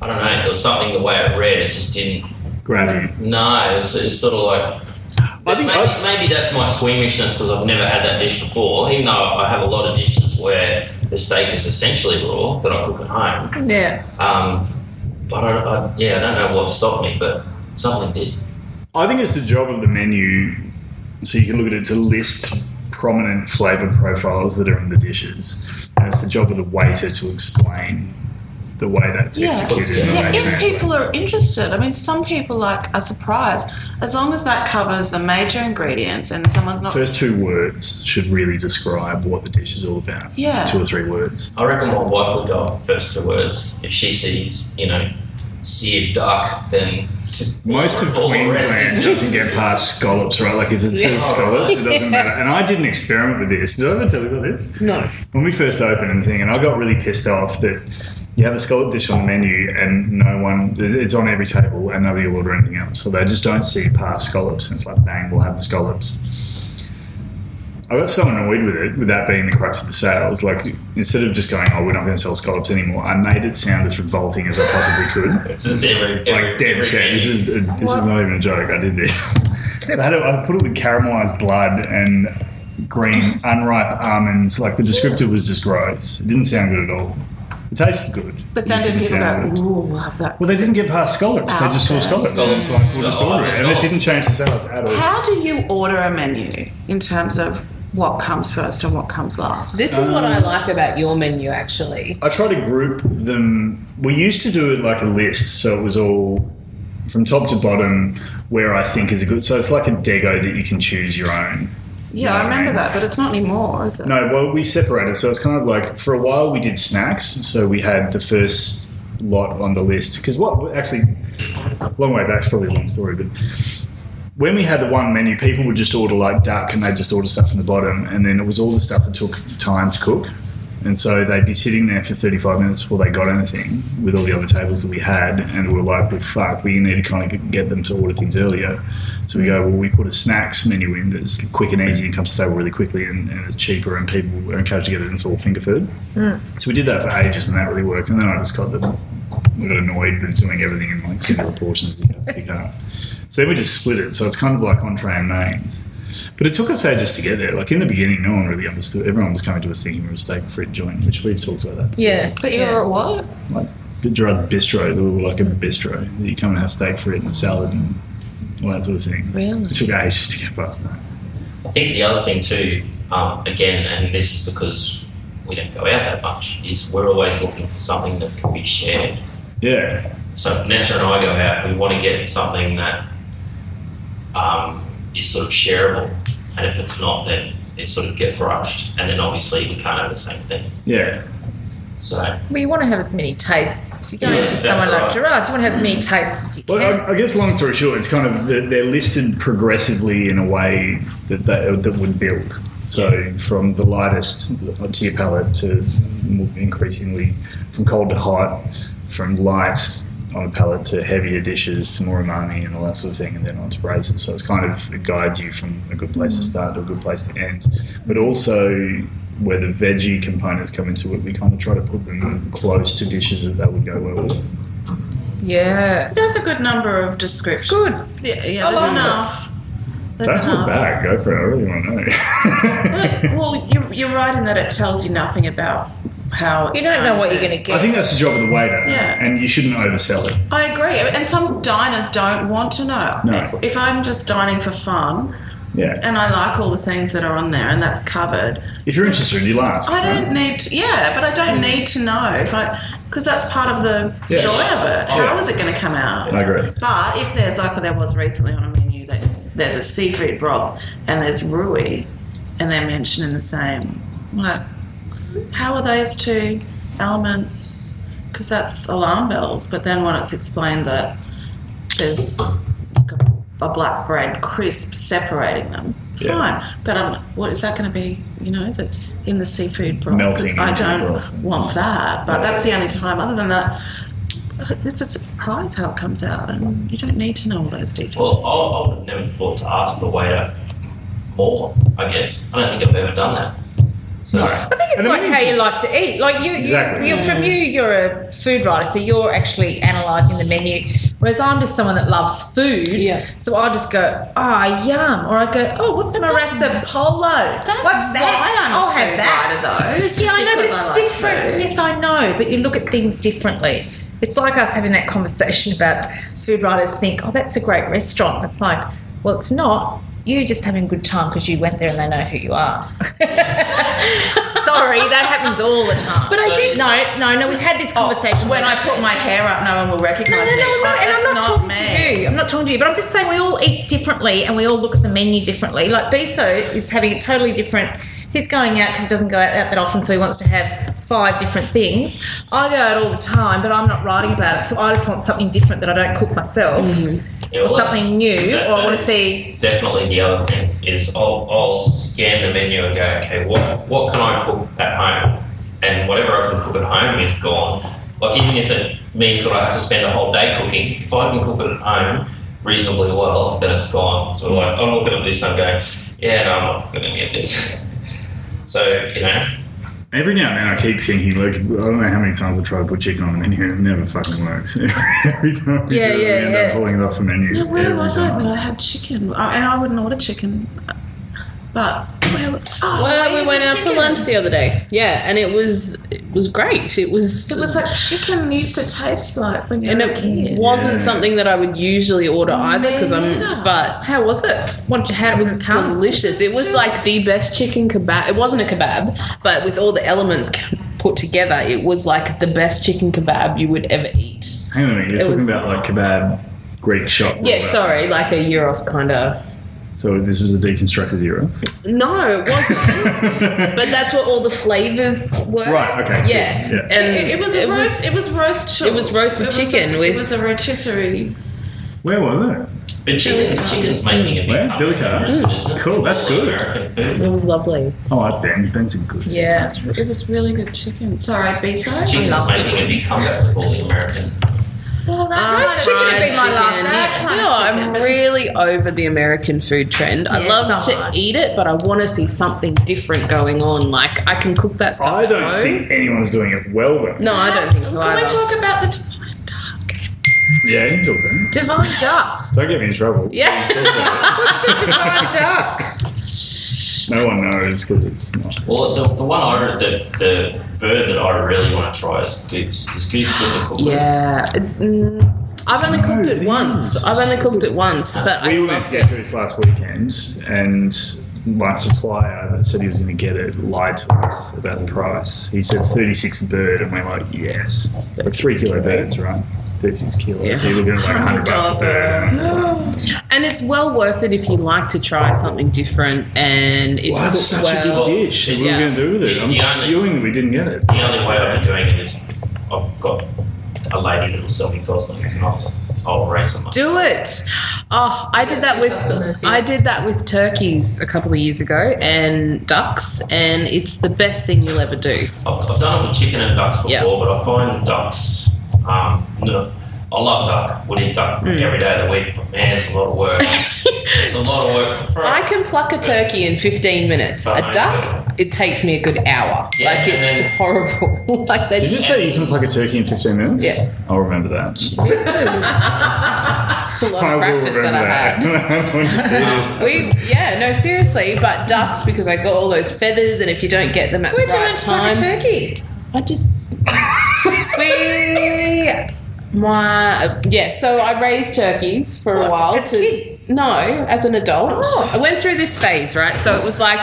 [SPEAKER 2] I don't know, there was something the way it read, it just didn't.
[SPEAKER 6] Grabbing.
[SPEAKER 2] No, it's it's sort of like. maybe, maybe that's my squeamishness because I've never had that dish before. Even though I have a lot of dishes where the steak is essentially raw that I cook at home,
[SPEAKER 4] Yeah.
[SPEAKER 2] um, but I, I, yeah, I don't know what stopped me, but something did.
[SPEAKER 6] I think it's the job of the menu, so you can look at it to list prominent flavour profiles that are in the dishes. And it's the job of the waiter to explain the way that's executed. and the way
[SPEAKER 12] Yeah,
[SPEAKER 6] it
[SPEAKER 12] if
[SPEAKER 6] translates.
[SPEAKER 12] people are interested, I mean, some people like are surprised. As long as that covers the major ingredients and someone's not.
[SPEAKER 6] First two words should really describe what the dish is all about.
[SPEAKER 12] Yeah.
[SPEAKER 6] Two or three words.
[SPEAKER 2] I reckon my wife would go off the first two words. If she sees, you know, seared duck, then
[SPEAKER 6] Most of
[SPEAKER 2] all the rest
[SPEAKER 6] Queensland
[SPEAKER 2] is
[SPEAKER 6] doesn't get past scallops, right? Like if it
[SPEAKER 2] Yeah.
[SPEAKER 6] says scallops, it doesn't
[SPEAKER 2] *laughs*
[SPEAKER 6] matter. And I did an experiment with this. Did I ever tell you about this?
[SPEAKER 9] No.
[SPEAKER 6] when we first opened and thing, and I got really pissed off that you have a scallop dish on the menu and no one, it's on every table and nobody will order anything else. So they just don't see past scallops. And it's like, bang, we'll have the scallops. I got so annoyed with it, with that being the crux of the sales. Like, instead of just going, oh, we're not going to sell scallops anymore, I made it sound as revolting as I possibly could.
[SPEAKER 2] This is every, every,
[SPEAKER 6] like, dead
[SPEAKER 2] every
[SPEAKER 6] set. This is, this is not even a joke. I did this. So I, had it- I put it with caramelized blood and
[SPEAKER 12] *laughs*
[SPEAKER 6] green unripe almonds. Like the descriptor was just gross. It didn't sound good at all. It tasted good.
[SPEAKER 12] But
[SPEAKER 6] It
[SPEAKER 12] then
[SPEAKER 6] just
[SPEAKER 12] did people
[SPEAKER 6] sound
[SPEAKER 12] go,
[SPEAKER 6] good.
[SPEAKER 12] ooh, we'll Oh, have that.
[SPEAKER 6] Well, they didn't get past scallops. they just saw scallops. And it's like, we'll just order it. And it didn't change the sales at all.
[SPEAKER 12] How do you order a menu in terms of what comes first and what comes last?
[SPEAKER 9] This is what I like about your menu, actually.
[SPEAKER 6] I try to group them. We used to do it like a list, so it was all from top to bottom where I think is a good. So it's like a Dego that you can choose your own.
[SPEAKER 12] Yeah, I remember that, but it's not anymore, is it?
[SPEAKER 6] No, well, we separated. So it's kind of like for a while we did snacks. So we had the first lot on the list because what actually, long way back's probably a long story, but when we had the one menu, people would just order like duck and they'd just order stuff from the bottom, and then it was all the stuff that took time to cook. And so they'd be sitting there for 35 minutes before they got anything with all the other tables that we had, and we are like, well, fuck, we need to kind of get them to order things earlier. So we go, well, we put a snacks menu in that's quick and easy and comes to the table really quickly and, and it's cheaper, and people are encouraged to get it, and it's all finger food. So we did that for ages, and that really worked. And then I just got the, we got annoyed with doing everything in like similar portions. You know, pick up. So then we just split it. So it's kind of like entree and mains. But it took us ages to get there. Like in the beginning, no one really understood. Everyone was coming to us thinking we were a steak and frit joint, which we've talked about that.
[SPEAKER 9] Yeah.
[SPEAKER 12] But you were at what?
[SPEAKER 6] But Gerard's bistro, we were like a bistro. You come and have steak frit and a salad and all that sort of thing.
[SPEAKER 9] Really?
[SPEAKER 6] It took ages to get past that.
[SPEAKER 2] I think the other thing too, um, again, and this is because we don't go out that much, is we're always looking for something that can be shared.
[SPEAKER 6] Yeah.
[SPEAKER 2] So if Vanessa and I go out, we want to get something that um, is sort of shareable, and if it's not, then it sort of get brushed, and then obviously we can't have the same thing.
[SPEAKER 6] Yeah.
[SPEAKER 2] So
[SPEAKER 4] Well, you want to have as many tastes. If you're going
[SPEAKER 6] Yeah,
[SPEAKER 4] to
[SPEAKER 6] that's
[SPEAKER 4] someone
[SPEAKER 6] right.
[SPEAKER 4] like Gerard, you want to have as many tastes as you
[SPEAKER 6] Well,
[SPEAKER 4] can.
[SPEAKER 6] I, I guess long story short, it's kind of they're they're listed progressively in a way that they, that would build. So from the lightest to your palate to more increasingly from cold to hot, from light on a palate to heavier dishes to more umami and all that sort of thing, and then on to braisers. So it's kind of it guides you from a good place to start to a good place to end, but also. Where the veggie components come into it, we kind of try to put them close to dishes that they would go well with.
[SPEAKER 4] Yeah.
[SPEAKER 12] There's a good number of descriptions.
[SPEAKER 4] good.
[SPEAKER 12] Yeah, yeah
[SPEAKER 4] I
[SPEAKER 12] there's
[SPEAKER 4] like it.
[SPEAKER 12] enough. There's
[SPEAKER 6] Don't hold
[SPEAKER 12] enough.
[SPEAKER 6] back. Go for it. I really want to know.
[SPEAKER 12] Well, you're, you're right in that it tells you nothing about how
[SPEAKER 4] You don't know what you're going
[SPEAKER 6] *laughs*
[SPEAKER 4] to
[SPEAKER 6] I
[SPEAKER 4] get.
[SPEAKER 6] think that's the job of the waiter.
[SPEAKER 12] Yeah.
[SPEAKER 6] And you shouldn't oversell it.
[SPEAKER 12] I agree, and some diners don't want to know.
[SPEAKER 6] No.
[SPEAKER 12] If I'm just dining for fun,
[SPEAKER 6] Yeah.
[SPEAKER 12] and I like all the things that are on there, and that's covered,
[SPEAKER 6] If you're interested, you last.
[SPEAKER 12] I don't need. To, yeah, but I don't need to know if I because that's part of the
[SPEAKER 6] Yeah. Oh,
[SPEAKER 12] joy of it.
[SPEAKER 6] Yeah.
[SPEAKER 12] How is it going to come out?
[SPEAKER 6] I agree.
[SPEAKER 12] But if there's like there was recently on a menu, there's there's a seafood broth and there's rui, and they're mentioned in the same. Like, how are those two elements? Because that's alarm bells. But then when it's explained that there's like a, a black bread crisp separating them, fine.
[SPEAKER 6] Yeah.
[SPEAKER 12] But um, what is that going to be? You know that in the seafood broth. 'Cause
[SPEAKER 6] Melting
[SPEAKER 12] I
[SPEAKER 6] into the
[SPEAKER 12] don't
[SPEAKER 6] broth.
[SPEAKER 12] want that. But
[SPEAKER 6] Yeah.
[SPEAKER 12] that's the only time. Other than that. It's a surprise how it comes out, and you don't need to know all those details.
[SPEAKER 2] Well, I, I would have never thought to ask the waiter more, I guess. I don't think I've ever done that. So,
[SPEAKER 4] I think it's like how you like to eat. Like you,
[SPEAKER 2] Exactly.
[SPEAKER 4] you you're from you, you're a food writer, so you're actually analysing the menu. Whereas I'm just someone that loves food, yeah. so I just go, ah, yum, or I go, oh, what's Marassa Polo? what's that?
[SPEAKER 12] why I'm a
[SPEAKER 4] I'll have
[SPEAKER 12] food
[SPEAKER 4] that.
[SPEAKER 12] writer, though. It's
[SPEAKER 4] yeah,
[SPEAKER 12] just
[SPEAKER 4] I know, but
[SPEAKER 12] because
[SPEAKER 4] it's
[SPEAKER 12] I like
[SPEAKER 4] different.
[SPEAKER 12] food.
[SPEAKER 4] Yes, I know, but you look at things differently. It's like us having that conversation about food writers think, oh, that's a great restaurant. It's like, well, it's not. You're just having a good time because you went there and they know who you are. *laughs* Sorry, that happens all the time. But I think no, no, no. We've had this conversation. Oh, when I
[SPEAKER 12] put my hair up, no one will recognise
[SPEAKER 4] No, no,
[SPEAKER 12] me.
[SPEAKER 4] no. I'm not,
[SPEAKER 12] Like,
[SPEAKER 4] and I'm
[SPEAKER 12] that's
[SPEAKER 4] not,
[SPEAKER 12] not
[SPEAKER 4] talking
[SPEAKER 12] me.
[SPEAKER 4] to you. I'm not talking to you. But I'm just saying we all eat differently and we all look at the menu differently. Like Biso is having a totally different. He's going out because he doesn't go out that often, so he wants to have five different things. I go out all the time, but I'm not writing about it, so I just want something different that I don't cook myself,
[SPEAKER 12] Mm-hmm.
[SPEAKER 2] Yeah,
[SPEAKER 4] or
[SPEAKER 2] well, that's-
[SPEAKER 4] something new,
[SPEAKER 2] that-
[SPEAKER 4] or I
[SPEAKER 2] that
[SPEAKER 4] want
[SPEAKER 2] is
[SPEAKER 4] to see.
[SPEAKER 2] Definitely the other thing is I'll, I'll scan the menu and go, okay, what, what can I cook at home? And whatever I can cook at home is gone. Like, even if it means that I have to spend a whole day cooking, if I can cook it at home reasonably well, then it's gone. So, like, I'm looking at this and I'm going, yeah, no, I'm not cooking any of this. *laughs* so, you know,
[SPEAKER 6] Every now and then I keep thinking, like, I don't know how many times I tried to put chicken on the menu and it never fucking works. *laughs* Every time we
[SPEAKER 12] Yeah,
[SPEAKER 6] do it, we
[SPEAKER 12] yeah,
[SPEAKER 6] end
[SPEAKER 12] yeah.
[SPEAKER 6] up pulling it off the menu.
[SPEAKER 12] No, where
[SPEAKER 6] Every
[SPEAKER 12] was I
[SPEAKER 6] time.
[SPEAKER 12] that I had chicken? I, and I wouldn't order chicken. But where, oh,
[SPEAKER 9] well,
[SPEAKER 12] I
[SPEAKER 9] we went
[SPEAKER 12] ate
[SPEAKER 9] out
[SPEAKER 12] chicken.
[SPEAKER 9] for lunch the other day. Yeah, and it was it was great. It was
[SPEAKER 12] It was like chicken used to taste like when you
[SPEAKER 9] and
[SPEAKER 12] were a
[SPEAKER 9] it
[SPEAKER 12] kid.
[SPEAKER 9] wasn't something that I would usually order either because
[SPEAKER 12] neither.
[SPEAKER 9] I'm. But
[SPEAKER 4] how was it? What did you have?
[SPEAKER 9] It was delicious. It was like the best chicken kebab. It wasn't a kebab, but with all the elements put together, it was like the best chicken kebab you would ever eat.
[SPEAKER 6] Hang on a minute, you're
[SPEAKER 9] It
[SPEAKER 6] talking
[SPEAKER 9] was-
[SPEAKER 6] about like kebab Greek shop.
[SPEAKER 9] Yeah, sorry, like a Euros kind of.
[SPEAKER 6] So this was a deconstructed Euros.
[SPEAKER 9] No, it wasn't. but that's what all the flavors were.
[SPEAKER 6] Right, okay, cool.
[SPEAKER 9] Yeah.
[SPEAKER 6] Yeah.
[SPEAKER 9] And
[SPEAKER 12] It, it was a roast. it was roast.
[SPEAKER 9] it was roasted
[SPEAKER 12] a-
[SPEAKER 9] chicken
[SPEAKER 12] It
[SPEAKER 9] with-
[SPEAKER 12] was a rotisserie.
[SPEAKER 6] Where was it?
[SPEAKER 2] but chicken, chicken's making a big
[SPEAKER 6] Where? Billy Carr. Cool, that's good.
[SPEAKER 9] It was lovely.
[SPEAKER 6] I like Ben. Ben's a good.
[SPEAKER 12] Yeah, it was really good chicken. Sorry, Biso.
[SPEAKER 2] chicken's making a big comeback with all the American
[SPEAKER 12] Well, that
[SPEAKER 9] Um,
[SPEAKER 12] roast chicken would be my
[SPEAKER 9] fried
[SPEAKER 12] last.
[SPEAKER 9] chicken.
[SPEAKER 12] That kind
[SPEAKER 9] You
[SPEAKER 12] of
[SPEAKER 9] know,
[SPEAKER 12] chicken.
[SPEAKER 9] I'm really over the American food trend. I
[SPEAKER 12] Yeah,
[SPEAKER 9] love
[SPEAKER 12] so
[SPEAKER 9] to eat it, but I want to see something different going on. Like I can cook that stuff.
[SPEAKER 6] I
[SPEAKER 9] at
[SPEAKER 6] don't
[SPEAKER 9] home.
[SPEAKER 6] think anyone's doing it well though.
[SPEAKER 9] No, I don't think so
[SPEAKER 12] Can we
[SPEAKER 9] either.
[SPEAKER 12] talk about the
[SPEAKER 6] Yeah, he's all good.
[SPEAKER 4] divine duck?
[SPEAKER 6] Don't get me in trouble.
[SPEAKER 4] Yeah. *laughs* What's the divine duck?
[SPEAKER 6] No one knows because it's not.
[SPEAKER 2] Well, the, the one I the the bird that I really want to try is goose. Is goose good to cook with?
[SPEAKER 9] Yeah. Mm, I've only cooked it once. I've only cooked it once, but
[SPEAKER 6] we
[SPEAKER 9] I
[SPEAKER 6] were meant to get this last weekend, and my supplier that said he was going to get it lied to us about the price. He said 36 bird, and we're like, yes, But three kilo birds, right? 36 kilos. So you're looking at like 100 bucks a bird. and it's like-
[SPEAKER 9] And it's well worth it if you like to try something different and it's
[SPEAKER 6] Well, that's
[SPEAKER 9] cooked
[SPEAKER 6] such
[SPEAKER 9] well.
[SPEAKER 6] a good dish. What
[SPEAKER 9] Yeah.
[SPEAKER 6] are we going to do with it? I'm
[SPEAKER 2] The only-
[SPEAKER 6] spewing that we didn't get it.
[SPEAKER 2] The only way I've been doing it is I've got a lady that'll sell me goslings, and I'll I'll raise them.
[SPEAKER 9] Do it. Oh, I did that with I did that with turkeys a couple of years ago and ducks, and it's the best thing you'll ever do.
[SPEAKER 2] I've, I've done it with chicken and ducks before, but I find ducks. Um, no, I love duck. Would eat duck
[SPEAKER 9] Mm.
[SPEAKER 2] every day of the week, but man, it's a lot of
[SPEAKER 9] *laughs*
[SPEAKER 2] work. it's a lot of work. For,
[SPEAKER 9] I can pluck a turkey in 15 minutes. A duck, it takes me a good hour.
[SPEAKER 2] Yeah,
[SPEAKER 9] like
[SPEAKER 2] and
[SPEAKER 9] it's
[SPEAKER 2] then-
[SPEAKER 9] horrible. *laughs* like they
[SPEAKER 6] Did you
[SPEAKER 9] just
[SPEAKER 6] say you can pluck a turkey in 15 minutes?
[SPEAKER 9] Yeah.
[SPEAKER 6] I'll remember that.
[SPEAKER 9] it's a lot
[SPEAKER 6] I
[SPEAKER 9] of
[SPEAKER 6] will
[SPEAKER 9] practice that I
[SPEAKER 6] remember *laughs* I
[SPEAKER 9] had.
[SPEAKER 6] want to see this.
[SPEAKER 9] We yeah no seriously, but ducks because I got all those feathers, and if you don't get them at
[SPEAKER 4] Where'd
[SPEAKER 9] the
[SPEAKER 4] you
[SPEAKER 9] right
[SPEAKER 4] learn to pluck a
[SPEAKER 9] time,
[SPEAKER 4] turkey?
[SPEAKER 9] I just we my yeah. So I raised turkeys for a Oh. while. to, No, as an adult, I went through this phase. Right, so it was like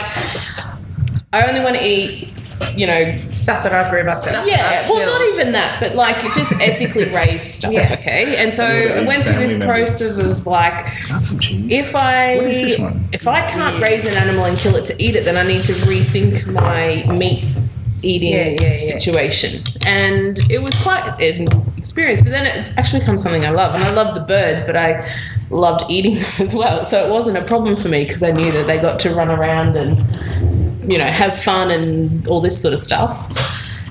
[SPEAKER 9] I only want to eat. You know,
[SPEAKER 4] stuff that I grew up with.
[SPEAKER 9] Yeah, well, not even that, but like just ethically raised stuff.
[SPEAKER 4] Yeah.
[SPEAKER 9] Okay, and so I
[SPEAKER 4] Family
[SPEAKER 9] went through this
[SPEAKER 4] members.
[SPEAKER 9] process of like, if I
[SPEAKER 4] What is this one?
[SPEAKER 9] if I can't raise an animal and kill it to eat it, then I need to rethink my meat eating
[SPEAKER 4] Yeah, yeah, yeah.
[SPEAKER 9] situation. And it was quite an experience, but then it actually becomes something I love. And I love the birds, but I loved eating them *laughs* as well. So it wasn't a problem for me because I knew that they got to run around and, you know, have fun and all this sort of stuff.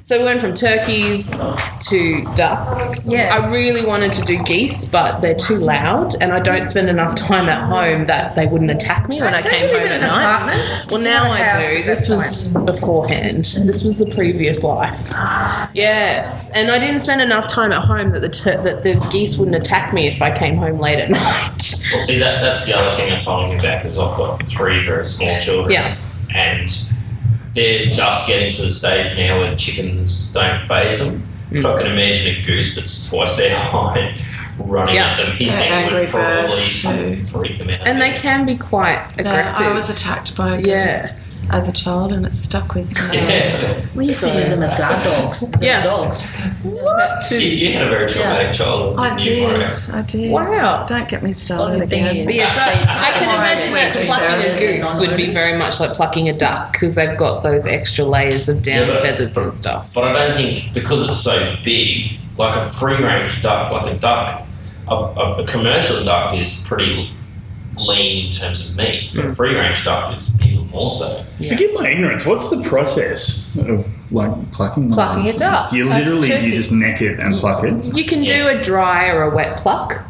[SPEAKER 9] So we went from turkeys to ducks. Yeah. I really wanted to do geese, but they're too loud, and I don't spend enough time at home that they wouldn't attack me when I
[SPEAKER 4] Don't
[SPEAKER 9] came
[SPEAKER 4] you
[SPEAKER 9] home
[SPEAKER 4] live
[SPEAKER 9] at
[SPEAKER 4] in an
[SPEAKER 9] night.
[SPEAKER 4] apartment?
[SPEAKER 9] Well,
[SPEAKER 4] You
[SPEAKER 9] now
[SPEAKER 4] want a house
[SPEAKER 9] I do.
[SPEAKER 4] at
[SPEAKER 9] This
[SPEAKER 4] that
[SPEAKER 9] was beforehand. This was the previous life. Yes, and I didn't spend enough time at home that the tur- that the geese wouldn't attack me if I came home late at *laughs* night.
[SPEAKER 2] Well, see, that, that's the other thing that's holding me back is I've got three very small children.
[SPEAKER 9] Yeah.
[SPEAKER 2] And they're just getting to the stage now where chickens don't phase them.
[SPEAKER 9] Mm.
[SPEAKER 2] If I can imagine a goose that's twice their *laughs* height running
[SPEAKER 9] Yeah.
[SPEAKER 2] at them, his
[SPEAKER 9] They're
[SPEAKER 2] thing
[SPEAKER 9] angry
[SPEAKER 2] would probably
[SPEAKER 9] birds too.
[SPEAKER 2] freak them out.
[SPEAKER 9] And they can be quite
[SPEAKER 14] No,
[SPEAKER 9] aggressive.
[SPEAKER 14] I was attacked by a goose
[SPEAKER 9] Yeah.
[SPEAKER 14] as a child, and it stuck with me.
[SPEAKER 2] *laughs*
[SPEAKER 14] *laughs*
[SPEAKER 2] Yeah.
[SPEAKER 14] We used
[SPEAKER 13] to use them as guard dogs.
[SPEAKER 9] Yeah.
[SPEAKER 13] Dogs.
[SPEAKER 14] What?
[SPEAKER 2] You, you had a very traumatic childhood.
[SPEAKER 14] I
[SPEAKER 2] didn't you,
[SPEAKER 14] did.
[SPEAKER 2] Mario?
[SPEAKER 14] I did.
[SPEAKER 9] Wow.
[SPEAKER 14] Don't get me started again.
[SPEAKER 9] But yeah, so I can imagine that plucking a goose would be
[SPEAKER 14] non-birds.
[SPEAKER 9] very much like plucking a duck because they've got those extra layers of down
[SPEAKER 2] Yeah, but-
[SPEAKER 9] feathers and stuff.
[SPEAKER 2] But I don't think because it's so big, like a free range duck, like a duck, a, a, a commercial duck is pretty lean in terms of meat, but
[SPEAKER 9] Mm.
[SPEAKER 2] a free range duck is even more so.
[SPEAKER 6] Forget my ignorance. What's the process of like plucking? one
[SPEAKER 9] Plucking
[SPEAKER 6] of those
[SPEAKER 9] a
[SPEAKER 6] things?
[SPEAKER 9] duck.
[SPEAKER 6] Do you
[SPEAKER 9] Like
[SPEAKER 6] literally do
[SPEAKER 9] turkey.
[SPEAKER 6] you just neck it and pluck it?
[SPEAKER 9] You can do a dry or a wet pluck.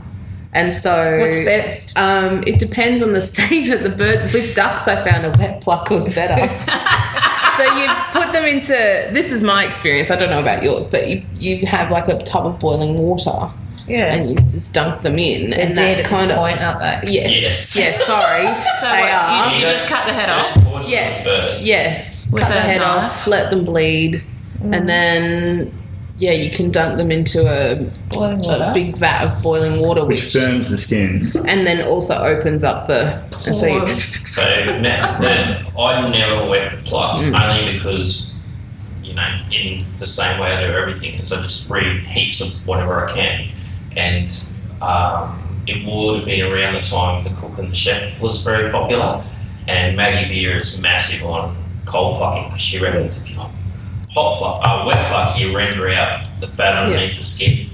[SPEAKER 9] And so,
[SPEAKER 6] What's
[SPEAKER 9] best? Um, it depends on the stage of the bird. With ducks, I found a wet pluck was better. so you put them into. This is my experience. I don't know about yours, but you, you have like a tub of boiling water.
[SPEAKER 4] Yeah.
[SPEAKER 9] and you just dunk them in,
[SPEAKER 4] They're
[SPEAKER 9] and
[SPEAKER 4] dead
[SPEAKER 9] that
[SPEAKER 4] at
[SPEAKER 9] kind
[SPEAKER 4] this
[SPEAKER 9] of
[SPEAKER 4] point, aren't they?
[SPEAKER 9] Yes, yes.
[SPEAKER 4] Yes.
[SPEAKER 9] sorry,
[SPEAKER 4] So
[SPEAKER 9] they
[SPEAKER 4] what, you-
[SPEAKER 9] are.
[SPEAKER 4] you just cut the head off?
[SPEAKER 9] Yes,
[SPEAKER 4] First.
[SPEAKER 9] yeah.
[SPEAKER 4] With
[SPEAKER 9] cut the
[SPEAKER 4] a
[SPEAKER 9] head
[SPEAKER 4] knife?
[SPEAKER 9] off, let them bleed, and then yeah, you can dunk them into a,
[SPEAKER 6] Boiling water.
[SPEAKER 9] a big vat of boiling water,
[SPEAKER 6] Which
[SPEAKER 9] which
[SPEAKER 6] firms the skin.
[SPEAKER 9] and then also opens up the and so you, *laughs*
[SPEAKER 2] So Matt, the, I never wet plucked only because you know in the same way I do everything is I just read heaps of whatever I can, and um, it would have been around the time the cook and the chef was very popular, and Maggie Beer is massive on cold plucking because she reckons if you hot pluck, uh, wet pluck, you render out the fat underneath the skin.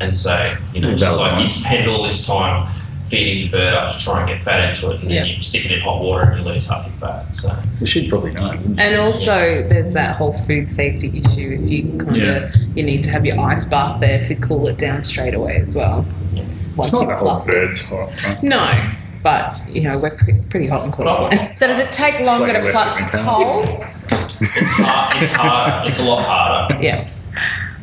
[SPEAKER 2] And so, you know,
[SPEAKER 6] It's a
[SPEAKER 2] it's
[SPEAKER 6] valid
[SPEAKER 2] like you
[SPEAKER 6] point.
[SPEAKER 2] spend all this time feeding the bird up to try and get fat into it, and then
[SPEAKER 9] Yeah.
[SPEAKER 2] you stick it in hot water and you lose half your fat. So,
[SPEAKER 6] Well, she'd probably know.
[SPEAKER 9] and also there's that whole food safety issue if you kind
[SPEAKER 6] Yeah.
[SPEAKER 9] of you need to have your ice bath there to cool it down straight away as well. Once
[SPEAKER 6] it's not
[SPEAKER 9] you've
[SPEAKER 6] the whole
[SPEAKER 9] plucked it.
[SPEAKER 6] bird's hot. right?
[SPEAKER 9] No, but you know we're pre- pretty hot and cold.
[SPEAKER 4] So does it take
[SPEAKER 6] like
[SPEAKER 4] longer to
[SPEAKER 6] electric
[SPEAKER 4] pluck
[SPEAKER 6] mechanical.
[SPEAKER 4] coal?
[SPEAKER 2] it's, hard, Uh, it's harder. It's a lot harder.
[SPEAKER 9] Yeah.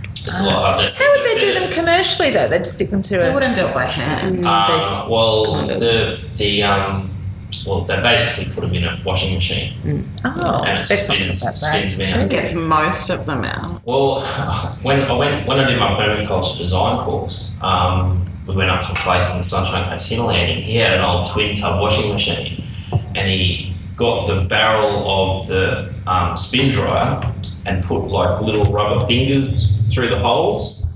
[SPEAKER 2] It's a lot harder.
[SPEAKER 4] How would they do them commercially though? They'd stick them through. They wouldn't do it by hand.
[SPEAKER 2] Um, well, the, the um, well, they basically put them in a washing machine,
[SPEAKER 14] Oh,
[SPEAKER 2] and it spins, spins them out.
[SPEAKER 14] It gets most of them out.
[SPEAKER 2] Well, *laughs* when I went when I did my permaculture design course, um, we went up to a place in the Sunshine Coast hinterland, and he had an old twin tub washing machine, and he got the barrel of the um, spin dryer and put like little rubber fingers through the holes.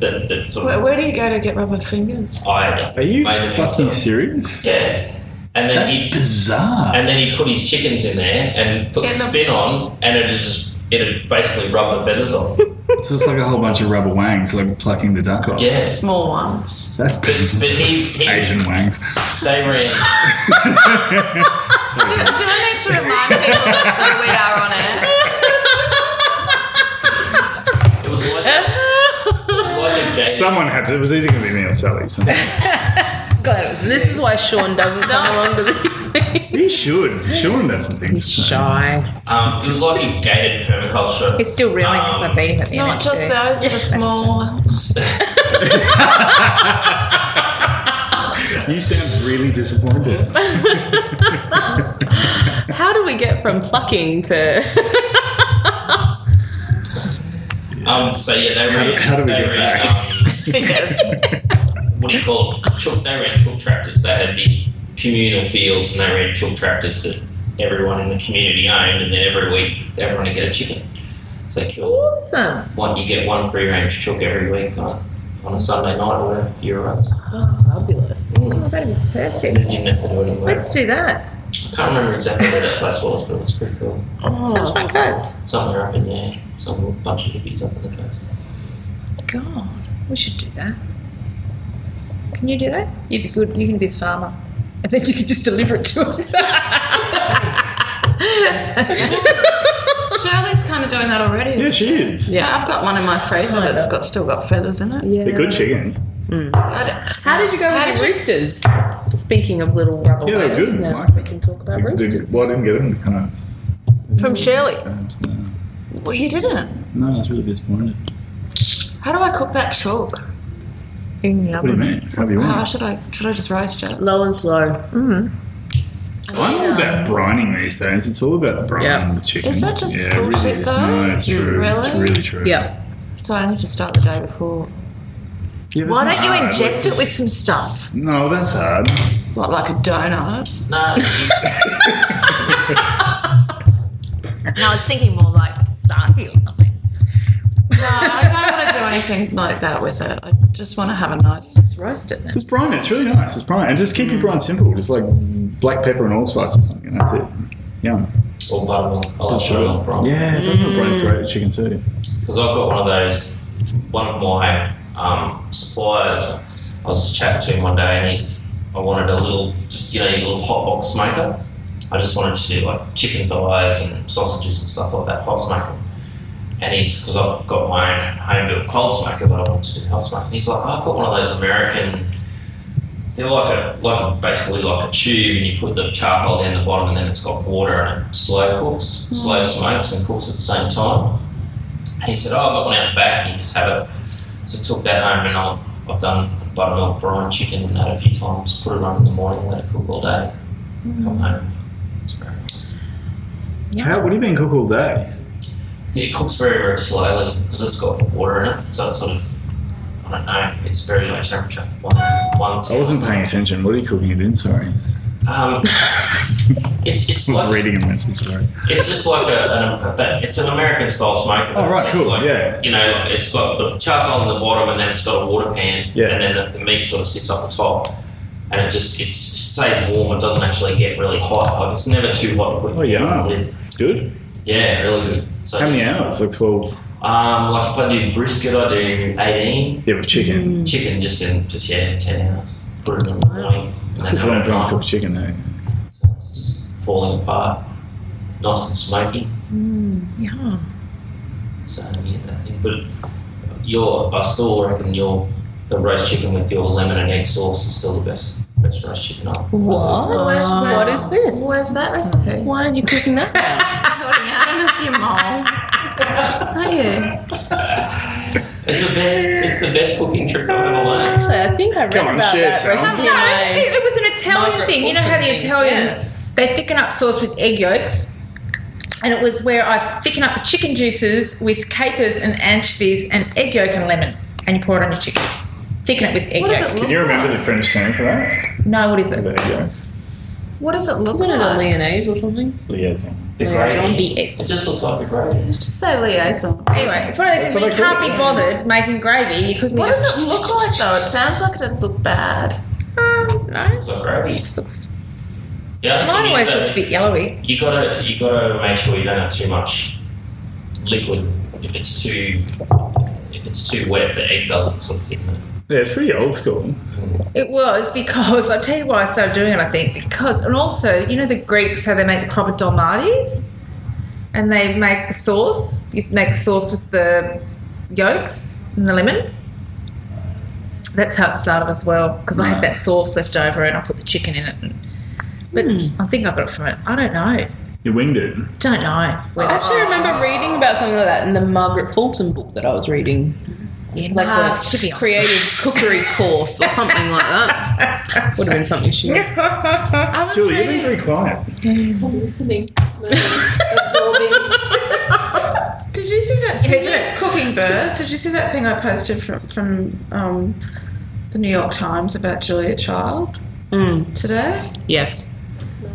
[SPEAKER 2] That, that sort
[SPEAKER 14] Where,
[SPEAKER 2] of
[SPEAKER 14] where do you go to get rubber fingers?
[SPEAKER 2] I are
[SPEAKER 6] you
[SPEAKER 2] fucking
[SPEAKER 6] serious?
[SPEAKER 2] Yeah. And then
[SPEAKER 6] That's
[SPEAKER 2] he,
[SPEAKER 6] bizarre.
[SPEAKER 2] And then he put his chickens in there and put
[SPEAKER 14] In
[SPEAKER 2] the
[SPEAKER 14] the-
[SPEAKER 2] spin on, and it just it'd basically rub the feathers off.
[SPEAKER 6] So it's like a whole bunch of rubber wangs, like plucking the duck off.
[SPEAKER 2] Yeah.
[SPEAKER 14] Small ones.
[SPEAKER 6] That's
[SPEAKER 2] But he, he
[SPEAKER 6] Asian wangs.
[SPEAKER 2] they
[SPEAKER 14] *laughs*
[SPEAKER 2] ran.
[SPEAKER 14] Do, do I need to remind people that we are on
[SPEAKER 2] It was like it was like a game.
[SPEAKER 6] Someone had to. It was either going to be me or Sally. So.
[SPEAKER 9] Glad it was. This is why Sean doesn't come along to this.
[SPEAKER 6] he should. Sean knows some things.
[SPEAKER 9] shy.
[SPEAKER 2] Um, it was like a gated permaculture.
[SPEAKER 4] It's still reeling because I've been at
[SPEAKER 14] It's
[SPEAKER 4] the
[SPEAKER 14] not just
[SPEAKER 4] NHS.
[SPEAKER 14] those that are small ones.
[SPEAKER 6] You sound really disappointed.
[SPEAKER 9] How do we get from plucking to
[SPEAKER 2] Um, so yeah, they
[SPEAKER 6] How do-
[SPEAKER 2] ran.
[SPEAKER 6] how do we
[SPEAKER 2] they
[SPEAKER 6] get
[SPEAKER 2] ran,
[SPEAKER 6] back?
[SPEAKER 14] *laughs*
[SPEAKER 2] Um, what do you call it? Chook, they ran chook tractors. They had these communal fields, and they ran chook tractors that everyone in the community owned. And then every week, everyone would get a chicken. So they killed
[SPEAKER 4] Awesome.
[SPEAKER 2] one. You get one free range chook every week on, on a Sunday night or whatever for your roast.
[SPEAKER 4] That's fabulous. God, that'd be
[SPEAKER 2] And then
[SPEAKER 4] perfect.
[SPEAKER 2] you didn't have to do it anywhere.
[SPEAKER 4] Let's do that.
[SPEAKER 2] I can't remember exactly where that place was, but it was pretty cool.
[SPEAKER 4] Oh, Sounds like us.
[SPEAKER 2] Somewhere up in there, some bunch of hippies up on the coast.
[SPEAKER 4] God, we should do that. Can you do that? You'd be good. You can be the farmer, and then you can just deliver it to us. *laughs*
[SPEAKER 14] Shirley's kind of doing that already. isn't
[SPEAKER 6] Yeah, she is.
[SPEAKER 14] Yeah, I've got one in my freezer that's got still got feathers in it. Yeah,
[SPEAKER 6] They're good chickens.
[SPEAKER 9] How did you go
[SPEAKER 14] How
[SPEAKER 9] with your
[SPEAKER 14] did you-
[SPEAKER 9] roosters? Speaking of little rubber
[SPEAKER 6] Yeah, they're
[SPEAKER 9] whales,
[SPEAKER 6] good.
[SPEAKER 9] now
[SPEAKER 6] Nice.
[SPEAKER 9] we can talk about
[SPEAKER 6] They- they-
[SPEAKER 9] roosters.
[SPEAKER 6] Well, I didn't get them to kind of.
[SPEAKER 14] From Shirley.
[SPEAKER 6] Arms,
[SPEAKER 14] Well, you didn't.
[SPEAKER 6] No, I was really disappointed.
[SPEAKER 14] How do I cook that chalk? In the
[SPEAKER 6] What do you mean? How do you
[SPEAKER 14] How
[SPEAKER 6] want?
[SPEAKER 14] Uh, should I? Should I just roast it?
[SPEAKER 9] Low and slow.
[SPEAKER 14] Mm.
[SPEAKER 6] I'm all about brining these days. It's all about brining the chicken.
[SPEAKER 14] Is that just
[SPEAKER 6] yeah, it really
[SPEAKER 14] bullshit
[SPEAKER 6] is.
[SPEAKER 14] though?
[SPEAKER 6] No, it's
[SPEAKER 14] Mm.
[SPEAKER 6] true.
[SPEAKER 14] Really?
[SPEAKER 6] It's really true.
[SPEAKER 14] So I need to start the day before.
[SPEAKER 6] Yeah, but
[SPEAKER 14] Why
[SPEAKER 6] it's
[SPEAKER 14] don't you
[SPEAKER 6] not hard.
[SPEAKER 14] inject
[SPEAKER 6] Like,
[SPEAKER 14] it with some stuff?
[SPEAKER 6] No, that's hard.
[SPEAKER 14] What, like a donut?
[SPEAKER 2] No.
[SPEAKER 4] No, I was thinking more like sake or something.
[SPEAKER 14] No, I don't want to *laughs* do anything like that with it. I just want to have a nice. Just roast it then.
[SPEAKER 6] Just brine it. It's really nice. It's brine. And just
[SPEAKER 14] Mm.
[SPEAKER 6] keep your brine simple. Just like black pepper and allspice or something. That's it. Yum.
[SPEAKER 2] Or buttermilk. I like
[SPEAKER 6] Sure.
[SPEAKER 2] buttermilk brine.
[SPEAKER 6] Yeah,
[SPEAKER 9] Mm.
[SPEAKER 6] buttermilk brine's great at chicken too.
[SPEAKER 2] because I've got one of those, one of my um, suppliers. I was just chatting to him one day, and he's, I wanted a little, just you know, your little hot box smoker. I just wanted to do like chicken thighs and sausages and stuff like that, hot smoker. And he's, because I've got my own home built cold smoker, but I want to do hot smoker. And he's like, I've got one of those American. They're like a, like a, basically like a tube, and you put the charcoal down the bottom, and then it's got water, and it slow cooks, slow smokes, and cooks at the same time. And he said, Oh, I've got one out the back, and you just have it. So I took that home, and I'll, I've done buttermilk brine chicken and that a few times, put it on in the morning, let it cook all day, come home. It's very nice.
[SPEAKER 6] How, what have you been cook all day?
[SPEAKER 2] It cooks very, very slowly because it's got water in it, so it's sort of, I don't know, it's very low temperature. One, one
[SPEAKER 6] I wasn't paying attention. What are you cooking it in? Sorry. *laughs*
[SPEAKER 2] Um, it's, it's
[SPEAKER 6] I was
[SPEAKER 2] like-
[SPEAKER 6] reading a message. Sorry.
[SPEAKER 2] It's just like a, an, a that- it's an American style smoker.
[SPEAKER 6] Oh, right,
[SPEAKER 2] It's just
[SPEAKER 6] cool,
[SPEAKER 2] like,
[SPEAKER 6] yeah.
[SPEAKER 2] You know, it's got the charcoal on the bottom, and then it's got a water pan,
[SPEAKER 6] Yeah.
[SPEAKER 2] and then the, the meat sort of sits up the top, and it just it's, it stays warm. It doesn't actually get really hot. Like it's never too hot.
[SPEAKER 6] Oh, yeah. Good.
[SPEAKER 2] Yeah, really good. So
[SPEAKER 6] How many hours? Like 12.
[SPEAKER 2] Um, like if I do brisket, I do eighteen.
[SPEAKER 6] Yeah, with chicken.
[SPEAKER 2] Chicken just in just yeah ten hours. Put it in the morning, and then
[SPEAKER 6] It's a long
[SPEAKER 2] have it
[SPEAKER 6] time to
[SPEAKER 2] night.
[SPEAKER 6] cook chicken, eh?
[SPEAKER 2] It's just falling apart, nice and smoky.
[SPEAKER 4] Mm, yeah.
[SPEAKER 2] So yeah, I think, but your I still reckon your the roast chicken with your lemon and egg sauce is still the best best roast chicken I've.
[SPEAKER 9] What?
[SPEAKER 4] Oh.
[SPEAKER 9] what is this?
[SPEAKER 14] Oh, Where's that recipe?
[SPEAKER 9] Why are you cooking that?
[SPEAKER 14] That's your mom. Are you?
[SPEAKER 2] It's the best. It's the best cooking trick I've ever learned.
[SPEAKER 9] Actually, I think I read
[SPEAKER 2] Come on,
[SPEAKER 9] about
[SPEAKER 2] share
[SPEAKER 9] that
[SPEAKER 2] some.
[SPEAKER 9] recipe.
[SPEAKER 4] No, it it was an Italian
[SPEAKER 9] Margaret
[SPEAKER 4] thing. You know how the
[SPEAKER 9] Orford thing,
[SPEAKER 4] Italians they thicken up sauce with egg yolks, and it was where I thicken up the chicken juices with capers and anchovies and egg yolk and lemon, and you pour it on your chicken. Thicken it with egg yolk.
[SPEAKER 6] Can you remember the French name for that?
[SPEAKER 4] No, what is it?
[SPEAKER 6] There you go.
[SPEAKER 14] What does it look
[SPEAKER 9] Isn't it a
[SPEAKER 14] like?
[SPEAKER 9] Leonese or something?
[SPEAKER 6] Liaison.
[SPEAKER 2] The gravy. It just looks like a gravy.
[SPEAKER 14] Just say liaison.
[SPEAKER 4] Anyway, it's one of
[SPEAKER 14] That's
[SPEAKER 4] those things where
[SPEAKER 14] what
[SPEAKER 4] you
[SPEAKER 14] I
[SPEAKER 4] can't
[SPEAKER 14] call
[SPEAKER 4] be
[SPEAKER 14] it.
[SPEAKER 4] bothered making gravy. You couldn't.
[SPEAKER 14] What
[SPEAKER 4] you
[SPEAKER 14] does
[SPEAKER 4] just-
[SPEAKER 14] it look like though? It sounds like it'd look bad.
[SPEAKER 4] Um, no.
[SPEAKER 2] It's like gravy.
[SPEAKER 4] It looks.
[SPEAKER 2] Yeah, I
[SPEAKER 4] Mine
[SPEAKER 2] think you
[SPEAKER 4] always
[SPEAKER 2] said-
[SPEAKER 4] looks a bit yellowy.
[SPEAKER 2] You gotta you gotta make sure you don't have too much liquid. If it's too if it's too wet, the egg doesn't sort of thicken it.
[SPEAKER 6] Yeah, it's pretty old school.
[SPEAKER 4] It was because I'll tell you why I started doing it. I think because and also you know the Greeks how they make the proper dolmades, and they make the sauce. You make the sauce with the yolks and the lemon. That's how it started as well because I had that sauce left over and I put the chicken in it. And, but I think I got it from it. I don't know.
[SPEAKER 6] You winged it.
[SPEAKER 4] Don't know.
[SPEAKER 9] I actually remember reading about something like that in the Margaret Fulton book that I was reading. like
[SPEAKER 4] Marg,
[SPEAKER 9] the creative cookery course or something like *laughs* that. Would have been something she was.
[SPEAKER 14] I was
[SPEAKER 6] Julie, you've been
[SPEAKER 14] reading-
[SPEAKER 6] very *laughs* quiet.
[SPEAKER 14] Did you see
[SPEAKER 12] that thing, cooking birds? Did you see that thing I posted from from um, the New York Times about Julia Child today?
[SPEAKER 9] Yes.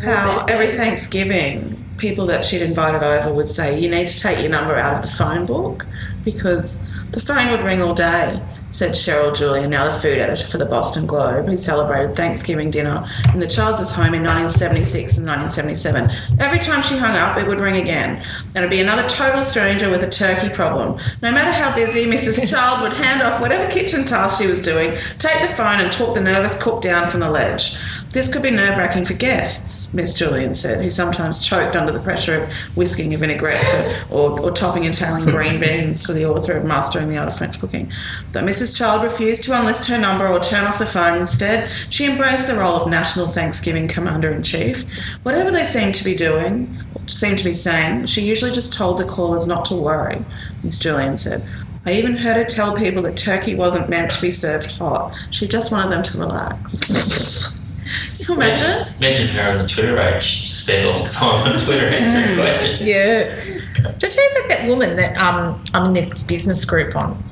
[SPEAKER 12] How every Thanksgiving, people that she'd invited over would say, "You need to take your number out of the phone book because the phone would ring all day." Said Cheryl Julian, now the food editor for the Boston Globe, who celebrated Thanksgiving dinner in the child's home in 1976 and 1977. Every time she hung up, it would ring again, and it'd be another total stranger with a turkey problem. No matter how busy, Mrs. Child would hand off whatever kitchen task she was doing, take the phone, and talk the nervous cook down from the ledge. This could be nerve wracking for guests, Miss Julian said, who sometimes choked under the pressure of whisking a vinaigrette for, or, or topping and tailing green beans for the author of Mastering the Art of French Cooking. But Mrs. Child refused to unlist her number or turn off the phone. Instead, she embraced the role of National Thanksgiving Commander in Chief. Whatever they seemed to be doing, seemed to be saying, she usually just told the callers not to worry, Miss Julian said. I even heard her tell people that turkey wasn't meant to be served hot. She just wanted them to relax. Can you imagine?
[SPEAKER 2] Imagine her on the Twitter age. She spent all the time on Twitter answering
[SPEAKER 4] Mm.
[SPEAKER 2] questions.
[SPEAKER 4] Yeah. Did I tell you about that woman that um, I'm in this business group on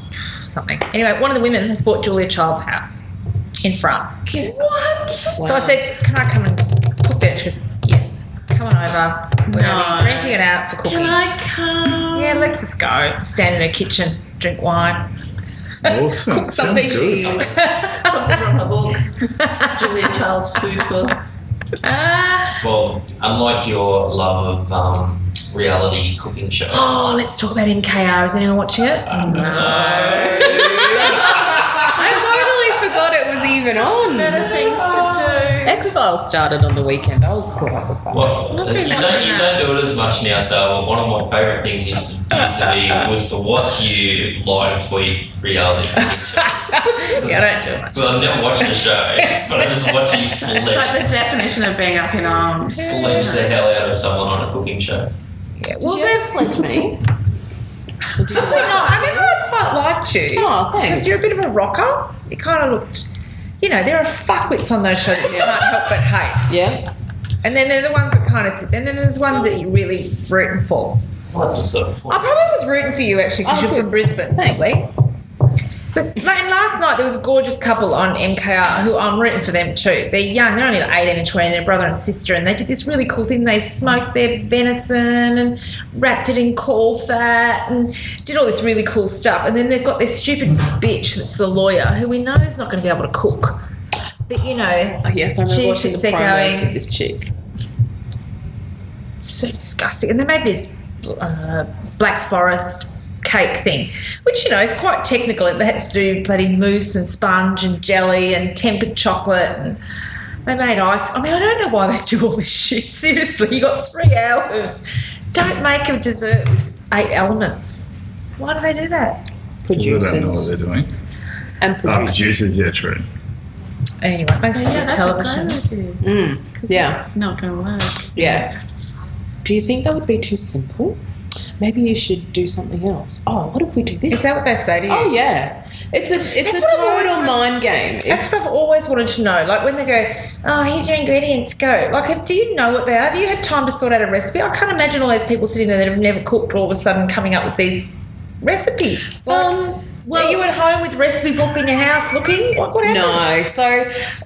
[SPEAKER 4] something? Anyway, one of the women has bought Julia Child's house in France.
[SPEAKER 12] What?
[SPEAKER 4] So I said, Can I come and cook there? She goes, Yes, come on over. We're
[SPEAKER 12] No.
[SPEAKER 4] renting it out for cooking.
[SPEAKER 12] Can I come?
[SPEAKER 4] Yeah, let's just go. Stand in her kitchen, drink wine.
[SPEAKER 6] Awesome.
[SPEAKER 4] Cook something.
[SPEAKER 6] Sounds good.
[SPEAKER 4] *laughs*
[SPEAKER 14] Something from a book. Julia Child's food tour.
[SPEAKER 2] Well, unlike your love of um, reality cooking shows.
[SPEAKER 4] Oh, let's talk about MKR. Is anyone
[SPEAKER 12] *laughs*
[SPEAKER 4] watching it? I totally forgot it was even on.
[SPEAKER 12] Better things to
[SPEAKER 9] X Files started on the weekend. I was caught up with that.
[SPEAKER 2] Well, you don't, you don't do it as much now, so one of my favourite things used to, used to be was to watch you live tweet reality cooking shows.
[SPEAKER 4] yeah, I don't do it
[SPEAKER 2] So I've never watched the show, but I just watch you
[SPEAKER 12] It's like
[SPEAKER 2] sledge,
[SPEAKER 12] the definition of being up in arms.
[SPEAKER 2] sledge the hell out of someone on a cooking show.
[SPEAKER 4] Yeah, well, they've sledged me. I remember I quite liked you.
[SPEAKER 13] Oh, thanks.
[SPEAKER 4] Because you're a bit of a rocker. You kind of looked, you know, there are fuckwits on those shows that you can't help but hate.
[SPEAKER 13] Yeah.
[SPEAKER 4] And then there are the ones that kind of sit, and then there's one that you're really rooting for.
[SPEAKER 2] Well, that's just so
[SPEAKER 4] I probably was rooting for you actually because
[SPEAKER 13] Oh,
[SPEAKER 4] you're
[SPEAKER 13] good.
[SPEAKER 4] from Brisbane, probably. But like, and last night there was a gorgeous couple on MKR who I'm rooting for them too. They're young, they're only like 18 and 20, they're brother and sister, and they did this really cool thing. They smoked their venison and wrapped it in coal fat and did all this really cool stuff. And then they've got this stupid bitch that's the lawyer who we know is not going to be able to cook. But you know,
[SPEAKER 9] Oh, yes, I remember
[SPEAKER 4] she's
[SPEAKER 9] watching the
[SPEAKER 4] just there
[SPEAKER 9] promos
[SPEAKER 4] going,
[SPEAKER 9] with this chick.
[SPEAKER 4] so disgusting. And they made this uh, black forest cake thing, which you know is quite technical. They had to do bloody mousse and sponge and jelly and tempered chocolate and. They made ice. I mean, I don't know why they do all this *laughs* shit. Seriously, you got three hours. Don't make a dessert with eight elements. Why do they do that?
[SPEAKER 6] Producers. They don't know what they're doing.
[SPEAKER 9] And
[SPEAKER 6] Ah, producers, yeah, true.
[SPEAKER 4] Anyway, thanks
[SPEAKER 13] yeah,
[SPEAKER 4] for the
[SPEAKER 13] that's
[SPEAKER 4] television.
[SPEAKER 13] a great idea.
[SPEAKER 9] Mm,
[SPEAKER 13] 'Cause
[SPEAKER 9] yeah.
[SPEAKER 13] it's
[SPEAKER 12] Not going to work.
[SPEAKER 9] Yeah. Do you think that would be too simple? Maybe you should do something else. Oh, what if we do this?
[SPEAKER 4] Is that what they say to you?
[SPEAKER 9] Oh yeah. It's a it's
[SPEAKER 4] That's
[SPEAKER 9] a
[SPEAKER 4] what I've always
[SPEAKER 9] total
[SPEAKER 4] wanted-
[SPEAKER 9] mind game.
[SPEAKER 4] That's what I've always wanted to know. Like when they go, oh, here's your ingredients, go. Like, have- do you know what they are? Have you had time to sort out a recipe? I can't imagine all those people sitting there that have never cooked all of a sudden coming up with these recipes. Like,
[SPEAKER 9] Um,
[SPEAKER 4] are you at home with the recipe book in your house looking? Like, what happened?
[SPEAKER 9] No, so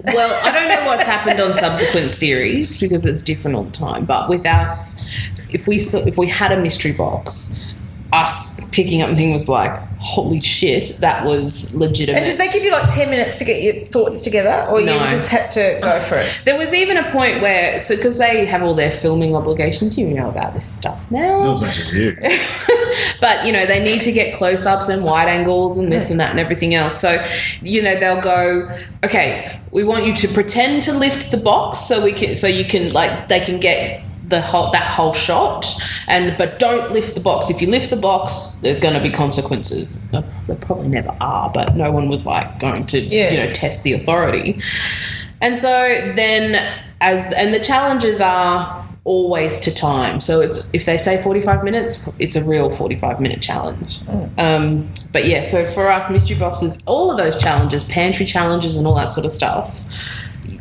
[SPEAKER 9] well, I don't know what's happened on subsequent series because it's different all the time. But with us, if we saw, if we had a mystery box, us picking up and thing was like, holy shit, that was legitimate.
[SPEAKER 4] And did they give you like 10 minutes to get your thoughts together or
[SPEAKER 9] No.
[SPEAKER 4] you just had to go for it?
[SPEAKER 9] There was even a point where, so because they have all their filming obligations, you know about this stuff now.
[SPEAKER 6] Not as much as you.
[SPEAKER 9] *laughs* but you know they need to get close ups and wide angles and this and that and everything else. So you know they'll go, okay, we want you to pretend to lift the box so we can so you can like they can get the whole that whole shot and but don't lift the box. If you lift the box, there's going to be consequences. Uh, There probably never are, but no one was like going to
[SPEAKER 4] Yeah.
[SPEAKER 9] you know test the authority. And so then as and the challenges are always to time. So it's if they say 45 minutes, it's a real 45 minute challenge.
[SPEAKER 4] Hmm.
[SPEAKER 9] Um, but yeah, so for us mystery boxes, all of those challenges, pantry challenges and all that sort of stuff,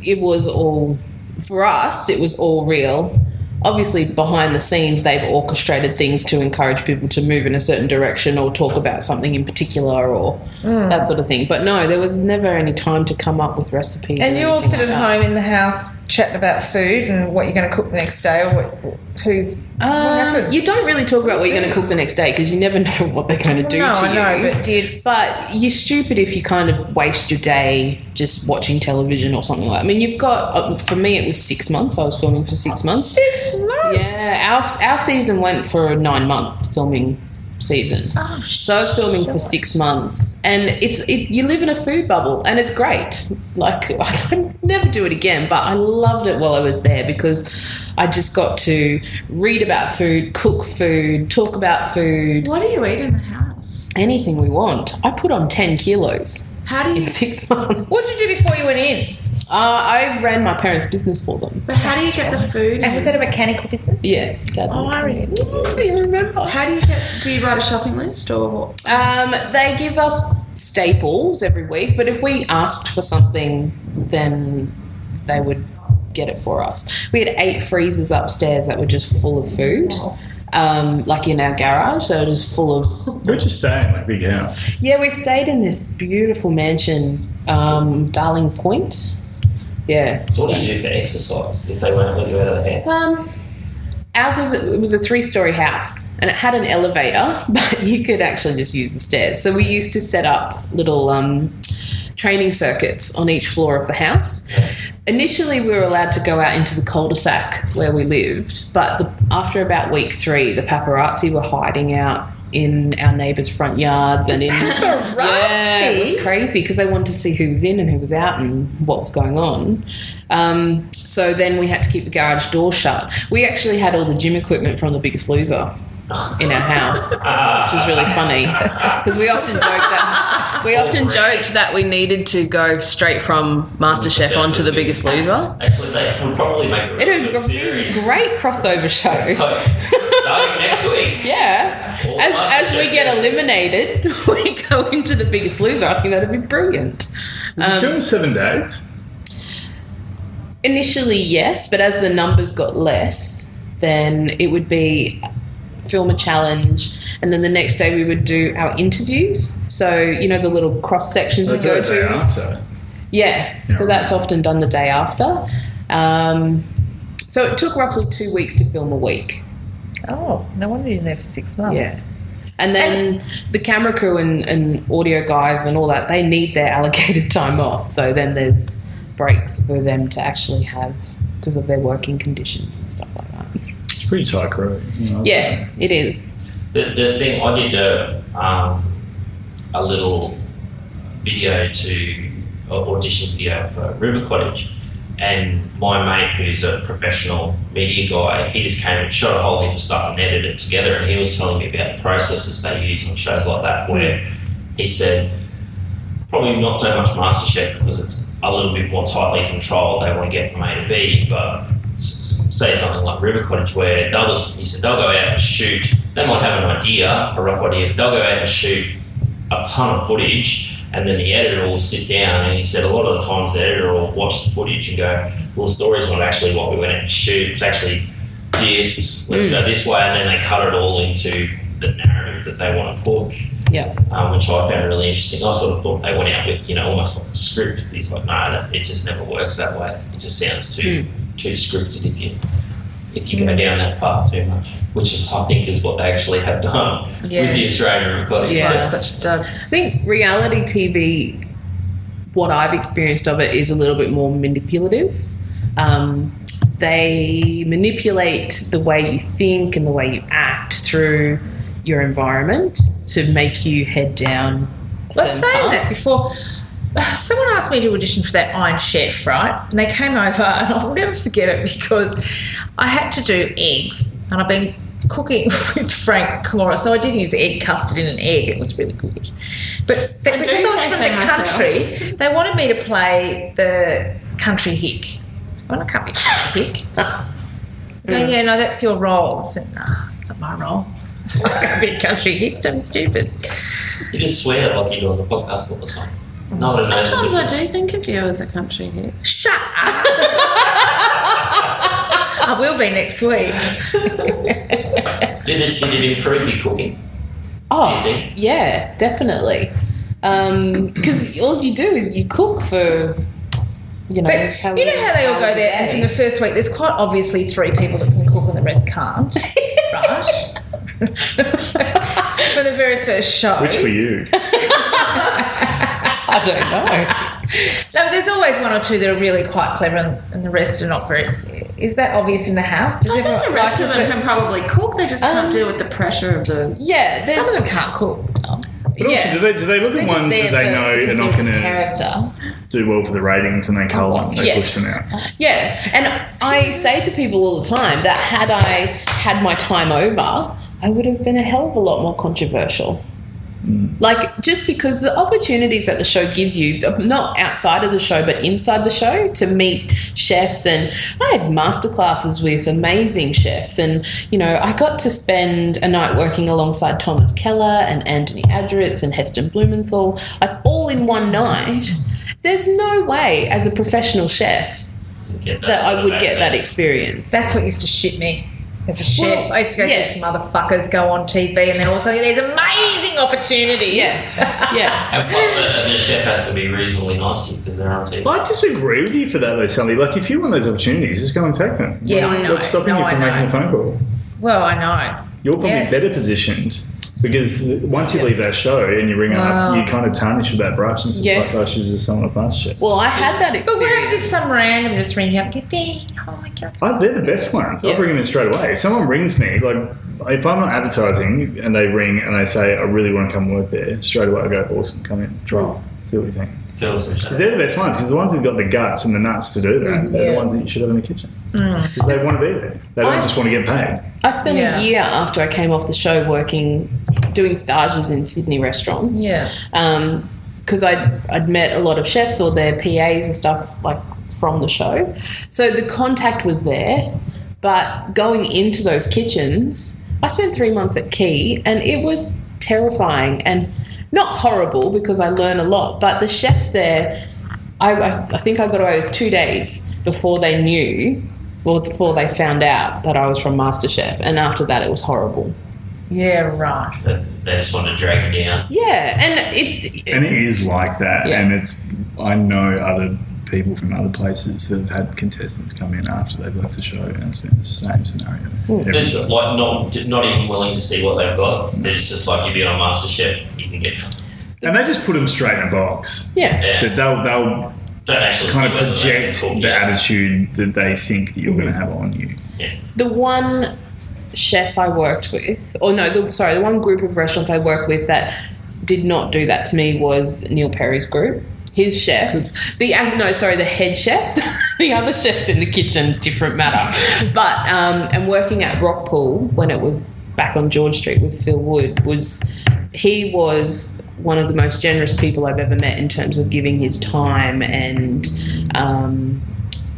[SPEAKER 9] it was all for us, it was all real. obviously behind the scenes they've orchestrated things to encourage people to move in a certain direction or talk about something in particular or
[SPEAKER 4] Mm.
[SPEAKER 9] that sort of thing. But no, there was never any time to come up with recipes.
[SPEAKER 4] And
[SPEAKER 9] or
[SPEAKER 4] you all
[SPEAKER 9] anything
[SPEAKER 4] sit
[SPEAKER 9] like
[SPEAKER 4] at
[SPEAKER 9] that.
[SPEAKER 4] home in the house chatting about food and what you're going to cook the next day or what, who's.
[SPEAKER 9] Um, you don't really talk about what you're going to cook the next day because you never *laughs* know what they're going to do
[SPEAKER 4] No,
[SPEAKER 9] to
[SPEAKER 4] I
[SPEAKER 9] you.
[SPEAKER 4] know, but
[SPEAKER 9] But you're stupid if you kind of waste your day just watching television or something like. I mean, you've got uh, for me it was six months. I was filming for six months.
[SPEAKER 4] Six months.
[SPEAKER 9] Yeah, Uh, our our season went for a nine month filming season.
[SPEAKER 4] Oh,
[SPEAKER 9] so I was filming for six months, and it's it, you live in a food bubble, and it's great. Like *laughs* I'd never do it again, but I loved it while I was there because I just got to read about food, cook food, talk about food.
[SPEAKER 14] What do you eat in the house?
[SPEAKER 9] Anything we want. I put on ten kilos.
[SPEAKER 4] How do you
[SPEAKER 9] in six *laughs* months?
[SPEAKER 4] What did you do before you went in?
[SPEAKER 9] Uh, I ran my parents' business for them.
[SPEAKER 4] But how do you get the food? And was that a mechanical business?
[SPEAKER 9] Yeah, that's
[SPEAKER 4] Oh, I remember.
[SPEAKER 9] you remember?
[SPEAKER 14] How do you get? Do you write a shopping list or what?
[SPEAKER 9] Um, they give us staples every week, but if we asked for something, then they would get it for us. We had eight freezers upstairs that were just full of food, um, like in our garage. They were just full of.
[SPEAKER 6] *laughs* We're just staying like big house.
[SPEAKER 9] Yeah, we stayed in this beautiful mansion, um, Darling Point. Yeah.
[SPEAKER 2] So what do you do for exercise if they won't let you out of the house?
[SPEAKER 9] Um, ours was it was a three story house, and it had an elevator, *laughs* but you could actually just use the stairs. So we used to set up little um, training circuits on each floor of the house. Initially, we were allowed to go out into the cul-de-sac where we lived, but the, after about week three, the paparazzi were hiding out in our neighbours' front yards and in yeah, it was crazy because they wanted to see who was in and who was out and what was going on. Um, so then we had to keep the garage door shut. We actually had all the gym equipment from The Biggest Loser in our house, which was really funny because we often joked that we often joked that we needed to go straight from MasterChef onto The Biggest Loser.
[SPEAKER 2] Actually, they would probably make a really
[SPEAKER 9] It'd
[SPEAKER 2] good
[SPEAKER 9] be a
[SPEAKER 2] series.
[SPEAKER 9] great crossover show.
[SPEAKER 2] So, starting next week.
[SPEAKER 9] Yeah.
[SPEAKER 2] All
[SPEAKER 9] As, as we
[SPEAKER 2] MasterChef.
[SPEAKER 9] get eliminated, *laughs* we go into the biggest loser. I think that'd be brilliant.
[SPEAKER 6] Did you film seven days?
[SPEAKER 9] Initially, yes, but as the numbers got less, then it would be film a challenge, and then the next day we would do our interviews. So you know the little cross sections we
[SPEAKER 6] Like, the
[SPEAKER 9] go
[SPEAKER 6] day
[SPEAKER 9] to.
[SPEAKER 6] after.
[SPEAKER 9] Yeah, so that's often done the day after. Um, so it took roughly two weeks to film a week.
[SPEAKER 4] Oh, no wonder you're there for six months.
[SPEAKER 9] Yeah. And then the camera crew and, and audio guys and all that, they need their *laughs* allocated time off. So then there's breaks for them to actually have because of their working conditions and stuff like that.
[SPEAKER 6] It's a pretty tight crew. you know.
[SPEAKER 9] Yeah, it is.
[SPEAKER 2] The, the thing I did a, um, a little video to a audition video for River Cottage, and my mate who's a professional media guy, he just came and shot a whole heap of stuff and edited it together, and he was telling me about the processes they use on shows like that, where he said probably not so much MasterChef because it's a little bit more tightly controlled. They want to get from A to B, but s- s- say something like River Cottage, where they'll just, he said, they'll go out and shoot. They might have an idea, a rough idea. They'll go out and shoot a ton of footage, and then the editor will sit down. And he said, a lot of the times the editor will watch the footage and go, "Well, the story's not actually what we went out and shoot. It's actually this. Let's
[SPEAKER 9] Mm.
[SPEAKER 2] go this way," and then they cut it all into the narrative that they want to put
[SPEAKER 9] Yeah.
[SPEAKER 2] um, which I found really interesting. I sort of thought they went out with, you know, almost like a script. But he's like, no, that, it just never works that way. It just sounds too
[SPEAKER 9] Hmm.
[SPEAKER 2] too scripted if you if you go down that path too much, which is I think is what they actually have done
[SPEAKER 9] Yeah.
[SPEAKER 2] with the Australian recording.
[SPEAKER 9] Yeah.
[SPEAKER 2] such
[SPEAKER 9] I think reality TV, what I've experienced of it, is a little bit more manipulative. Um, they manipulate the way you think and the way you act through your environment to make you head down. a
[SPEAKER 4] Let's
[SPEAKER 9] certain
[SPEAKER 4] say
[SPEAKER 9] path.
[SPEAKER 4] that before. *sighs* Someone asked me to audition for that Iron Chef, right? And they came over, *laughs* and I'll never forget it because I had to do eggs, and I've been cooking *laughs* with Frank Kamara, so I did his egg custard in an egg. It was really good, but they,
[SPEAKER 14] I do
[SPEAKER 4] because I was
[SPEAKER 14] say so
[SPEAKER 4] from the
[SPEAKER 14] myself.
[SPEAKER 4] country, they wanted me to play the country hick. Well, I can't be
[SPEAKER 14] *laughs*
[SPEAKER 4] country hick. No,
[SPEAKER 14] Mm.
[SPEAKER 4] yeah, no, that's your role. I said, nah, it's not my role. *laughs* I can't be a country hick. I'm stupid.
[SPEAKER 2] You just swear like you do on the podcast all the time. Not a note
[SPEAKER 14] Sometimes
[SPEAKER 2] of
[SPEAKER 14] I do think of you as a country hit.
[SPEAKER 4] Shut up. I will be next week.
[SPEAKER 2] Did it, did it improve your cooking?
[SPEAKER 9] *laughs* Oh, yeah, definitely. Because all you do is you cook for, you know,
[SPEAKER 4] But you know how they all go there, and from the first week, there's quite obviously three people that can cook and the rest *laughs* can't, *laughs* right? For the very first show.
[SPEAKER 6] Which for *laughs* you?
[SPEAKER 9] I don't know.
[SPEAKER 4] *laughs* No, but there's always one or two that are really quite clever, and, and the rest are not very. Is that obvious in the house? Does
[SPEAKER 12] I think the
[SPEAKER 4] everyone
[SPEAKER 12] rest of
[SPEAKER 4] like
[SPEAKER 12] them
[SPEAKER 4] it?
[SPEAKER 12] can probably cook. They just
[SPEAKER 4] Um,
[SPEAKER 12] can't deal with the pressure of the. some
[SPEAKER 4] Yeah,
[SPEAKER 12] of
[SPEAKER 4] there's-
[SPEAKER 12] them can't
[SPEAKER 4] cook.
[SPEAKER 6] But also, do they, do they look
[SPEAKER 4] They're
[SPEAKER 6] at
[SPEAKER 4] just
[SPEAKER 6] ones
[SPEAKER 4] there
[SPEAKER 6] that they Oh,
[SPEAKER 4] for-
[SPEAKER 6] know
[SPEAKER 4] because
[SPEAKER 6] are not
[SPEAKER 4] they're
[SPEAKER 6] going
[SPEAKER 4] the
[SPEAKER 6] to
[SPEAKER 4] character.
[SPEAKER 6] do well for the ratings and they cull them, they
[SPEAKER 9] Yes.
[SPEAKER 6] push them out?
[SPEAKER 9] Yeah, and I say to people all the time that had I had my time over, I would have been a hell of a lot more controversial. Like, just because the opportunities that the show gives you, uh, not outside of the show, but inside the show, to meet chefs. And I had masterclasses with amazing chefs. And, you know, I got to spend a night working alongside Thomas Keller and Anthony Adritz and Heston Blumenthal, like all in one night. There's no way, as a professional chef,
[SPEAKER 2] Get
[SPEAKER 9] Oh, that I
[SPEAKER 2] sort
[SPEAKER 9] would
[SPEAKER 2] of
[SPEAKER 9] get that
[SPEAKER 2] access.
[SPEAKER 9] experience.
[SPEAKER 4] That's what used to shit me as a chef.
[SPEAKER 9] Well,
[SPEAKER 4] I used to go,
[SPEAKER 9] yes.
[SPEAKER 4] these motherfuckers go on TV, and then all of a sudden there's amazing opportunities.
[SPEAKER 9] Yeah. yeah.
[SPEAKER 2] And plus, the, the chef has to be reasonably nice to you because they're on TV.
[SPEAKER 6] I disagree with you for that, though, Sally. Like, if you want those opportunities, just go and take them.
[SPEAKER 4] Yeah,
[SPEAKER 6] What-
[SPEAKER 4] I know.
[SPEAKER 6] What's stopping
[SPEAKER 4] No,
[SPEAKER 6] you from
[SPEAKER 4] I know.
[SPEAKER 6] making a phone call?
[SPEAKER 4] *laughs* Well, I know.
[SPEAKER 6] You're probably
[SPEAKER 4] Yeah.
[SPEAKER 6] better positioned because once you leave that show and you ring
[SPEAKER 4] Wow.
[SPEAKER 6] up, you kind of tarnish with that brush. And it's
[SPEAKER 4] Yes.
[SPEAKER 6] just like, oh, she was just someone I passed you.
[SPEAKER 9] Well, I had that experience.
[SPEAKER 4] But whereas if some random just ring you up, get big, oh my god.
[SPEAKER 6] I, they're the best ones.
[SPEAKER 4] Yeah.
[SPEAKER 6] I'll bring them in straight away. If someone rings me, like if I'm not advertising and they ring and they say, I really want to come work there, straight away I go, awesome, come in, trial, see what you think. Because they're the best ones, because the ones who've got the guts and the nuts to do that,
[SPEAKER 9] Mhm.
[SPEAKER 6] they're
[SPEAKER 9] Yeah. Mm.
[SPEAKER 6] the ones that you should have in the kitchen. Because they want to be there. They don't just want to get paid.
[SPEAKER 9] I spent
[SPEAKER 4] Yeah.
[SPEAKER 9] a year after I came off the show working, doing stages in Sydney restaurants.
[SPEAKER 4] Yeah.
[SPEAKER 9] Because I'd, I'd met a lot of chefs or their PAs and stuff like from the show. So the contact was there. But going into those kitchens, I spent three months at Key and it was terrifying and not horrible because I learn a lot, but the chefs there I, I I think I got away with two days before they knew, or before they found out that I was from MasterChef. And after that, it was horrible.
[SPEAKER 4] Yeah, right.
[SPEAKER 2] They just want to drag you down.
[SPEAKER 9] Yeah, and it.
[SPEAKER 6] And it is like that.
[SPEAKER 9] Yeah.
[SPEAKER 6] And it's, I know other people from other places that have had contestants come in after they've left the show and it's been the same scenario. Every
[SPEAKER 2] Just,
[SPEAKER 6] show.
[SPEAKER 2] like not not even willing to see what they've got. They're just like you've been on MasterChef, you can get
[SPEAKER 6] And they just put them straight in a box.
[SPEAKER 9] Yeah.
[SPEAKER 6] That they'll, they'll
[SPEAKER 2] don't actually
[SPEAKER 6] kind of
[SPEAKER 2] see whether they can
[SPEAKER 6] project
[SPEAKER 2] cook.
[SPEAKER 6] the attitude that they think that you're going to have on you.
[SPEAKER 2] Yeah.
[SPEAKER 9] The one chef I worked with, or no, the, sorry, the one group of restaurants I worked with that did not do that to me was Neil Perry's group. His chefs, the uh, no, sorry, the head chefs, *laughs* the other chefs in the kitchen, different matter. but um, and working at Rockpool when it was back on George Street with Phil Wood was he was one of the most generous people I've ever met in terms of giving his time and um,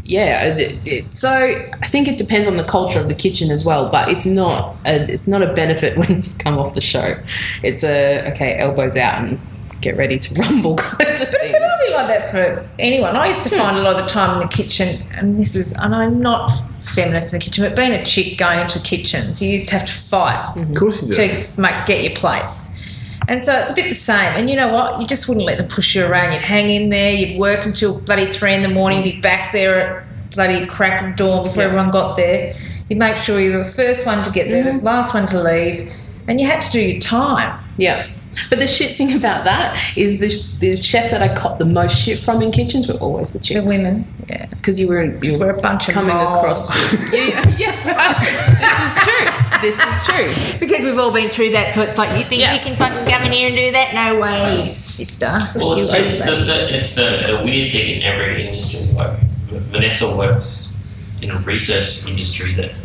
[SPEAKER 9] yeah it, it, so i think it depends on the culture of the kitchen as well but it's not a, it's not a benefit *laughs* when you come off the show it's a okay elbows out and get ready to *laughs* rumble
[SPEAKER 4] But it's a little bit like that for anyone. I used to find a lot of the time in the kitchen, and this is, and I'm not feminist in the kitchen, but being a chick going into kitchens, you used to have to
[SPEAKER 9] Mm-hmm.
[SPEAKER 4] fight
[SPEAKER 6] Of course you do.
[SPEAKER 4] to make, get your place. And so it's a bit the same. And you know what? You just wouldn't let them push you around. You'd hang in there, you'd work until bloody three in the morning, be back there at bloody crack of dawn before everyone got there. You'd make sure you were the first one to get there,
[SPEAKER 9] Mm-hmm.
[SPEAKER 4] the last one to leave, and you had to do your time.
[SPEAKER 9] yeah but the shit thing *laughs* about that is the, the chefs that I cop the most shit from in kitchens were always the chicks.
[SPEAKER 4] women, yeah.
[SPEAKER 9] Because you were you were
[SPEAKER 4] a bunch of
[SPEAKER 9] coming
[SPEAKER 4] moles. *laughs*
[SPEAKER 9] across. yeah, yeah. this is true. This is true.
[SPEAKER 4] Because we've all been through that, so it's like you think you can fucking come in here and do that? No way, you sister.
[SPEAKER 2] Well, it's,
[SPEAKER 4] You
[SPEAKER 2] it's,
[SPEAKER 4] open.
[SPEAKER 2] the, it's the, the weird thing in every industry. Like Vanessa works in a research industry that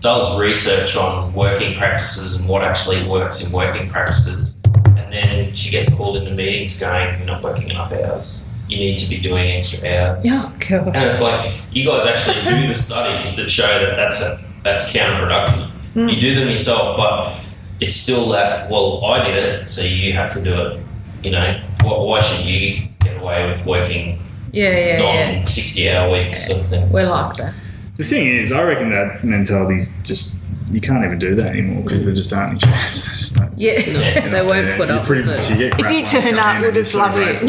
[SPEAKER 2] does research on working practices and what actually works in working practices, and then she gets called into meetings going, "You're not working enough hours. You need to be doing extra hours."
[SPEAKER 4] Oh god.
[SPEAKER 2] And it's like you guys actually do the studies that show that that's a, that's counterproductive.
[SPEAKER 4] Mm.
[SPEAKER 2] You do them yourself, but it's still that. Well, I did it, so you have to do it. You know, why, why should you get away with working
[SPEAKER 4] yeah, yeah, yeah.
[SPEAKER 2] non sixty hour weeks sort of thing?
[SPEAKER 4] We're like that.
[SPEAKER 6] The thing is, I reckon that mentality's just you can't even do that anymore because there just aren't any *laughs* chefs. There's just no-
[SPEAKER 1] Yeah, they won't
[SPEAKER 6] Yeah,
[SPEAKER 1] put
[SPEAKER 6] you
[SPEAKER 1] up
[SPEAKER 6] pretty
[SPEAKER 1] with
[SPEAKER 6] much-
[SPEAKER 1] it.
[SPEAKER 6] you get crap
[SPEAKER 4] If you
[SPEAKER 6] ones
[SPEAKER 4] turn
[SPEAKER 6] coming in
[SPEAKER 4] up, we'll
[SPEAKER 6] and
[SPEAKER 4] just
[SPEAKER 6] you're
[SPEAKER 4] love
[SPEAKER 6] sort of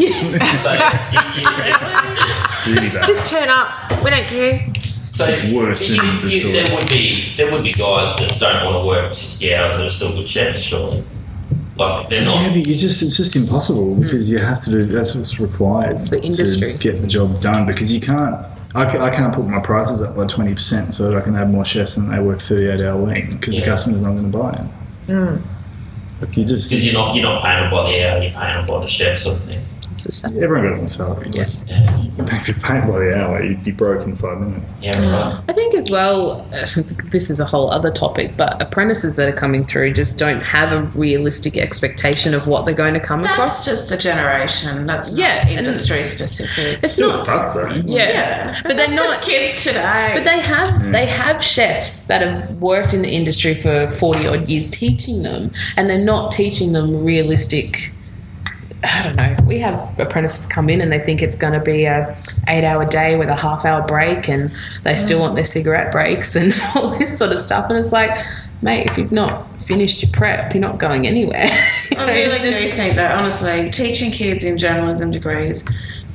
[SPEAKER 2] *laughs*
[SPEAKER 4] you.
[SPEAKER 6] like, really bad.
[SPEAKER 4] just turn up. We don't care.
[SPEAKER 2] So
[SPEAKER 6] It's worse
[SPEAKER 2] you-
[SPEAKER 6] than
[SPEAKER 2] you-
[SPEAKER 6] the store.
[SPEAKER 2] There would be there would be guys that don't want to work sixty hours that are still good chefs, surely. Like they're
[SPEAKER 6] Yeah,
[SPEAKER 2] not.
[SPEAKER 6] but you just it's just impossible because you have to do that's what's required
[SPEAKER 1] It's the industry.
[SPEAKER 6] to get the job done because you can't I, ca- I can't put my prices up by 20% so that I can have more chefs and they work 38 hour week because the customer's not going to buy it.
[SPEAKER 4] Mm.
[SPEAKER 6] Like you just
[SPEAKER 2] Because you're not you're not paying them by the hour, you're paying them by the chef sort of thing.
[SPEAKER 6] everyone goes on salary. Yeah. If you're paid by the hour, you'd be broke in five minutes.
[SPEAKER 2] Yeah,
[SPEAKER 4] Mm.
[SPEAKER 2] right.
[SPEAKER 1] I think as well, *laughs* this is a whole other topic, but apprentices that are coming through just don't have a realistic expectation of what they're going to come
[SPEAKER 9] That's
[SPEAKER 1] across.
[SPEAKER 9] just a generation. That's
[SPEAKER 1] Yeah,
[SPEAKER 9] yeah,
[SPEAKER 1] and-
[SPEAKER 9] industry specific.
[SPEAKER 1] It's Still not-
[SPEAKER 6] fucked though.
[SPEAKER 1] yeah.
[SPEAKER 9] but they're not kids today.
[SPEAKER 1] But they have they have chefs that have worked in the industry for forty odd years teaching them, and they're not teaching them realistic. I don't know. We have apprentices come in and they think it's going to be a eight hour day with a half hour break, and they still want their cigarette breaks and *laughs* all this sort of stuff. And it's like, mate, if you've not finished your prep, you're not going anywhere. *laughs*
[SPEAKER 9] I really do think that, honestly, teaching kids in journalism degrees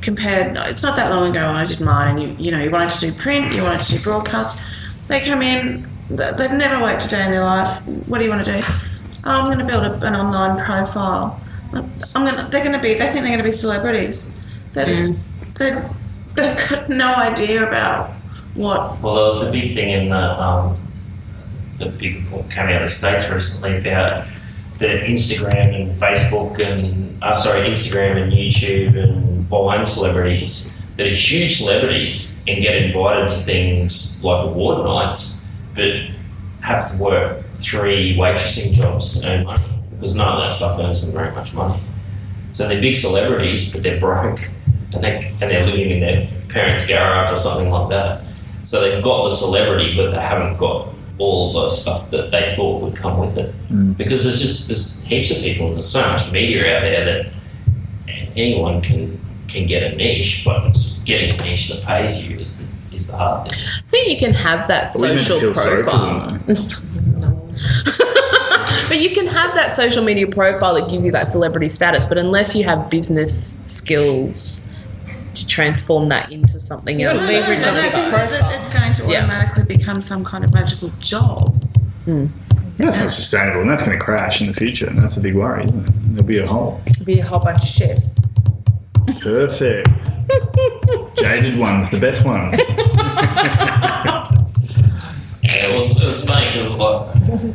[SPEAKER 9] compared, it's not that long ago when I did mine. You, you know, you wanted to do print, you wanted to do broadcast. They come in, th- they've never worked a day in their life. What do you want to do? Oh, I'm going to build a, an online profile. I'm going. to They're going to be. They think they're going to be celebrities. That
[SPEAKER 2] Mm.
[SPEAKER 9] that they've got no idea about what.
[SPEAKER 2] Well, there was the big thing in the um, the big report came out of the states recently about the Instagram and Facebook and uh, sorry, Instagram and YouTube and Vine celebrities that are huge celebrities and get invited to things like award nights, but have to work three waitressing jobs to earn money because none of that stuff earns them very much money. So they're big celebrities, but they're broke, and they and they're living in their parents' garage or something like that. So they've got the celebrity, but they haven't got all the stuff that they thought would come with it. Because there's just there's heaps of people and there's so much media out there that anyone can can get a niche, but it's getting a niche that pays you is the, is the hard thing.
[SPEAKER 1] I think you can have that
[SPEAKER 2] Are we meant to
[SPEAKER 1] social
[SPEAKER 2] feel sorry for
[SPEAKER 1] profile. but you can have that social media profile that gives you that celebrity status, but unless you have business skills to transform that into something
[SPEAKER 9] No,
[SPEAKER 1] else,
[SPEAKER 9] no, no, no, no, because it- it's going to
[SPEAKER 1] Yeah.
[SPEAKER 9] automatically become some kind of magical job.
[SPEAKER 6] That's not sustainable and that's going to crash in the future and that's a big worry, isn't it? There'll be a hole.
[SPEAKER 1] be a whole bunch of chefs.
[SPEAKER 6] Perfect. Jaded ones, the best ones.
[SPEAKER 2] Yeah, it was, it was funny because like,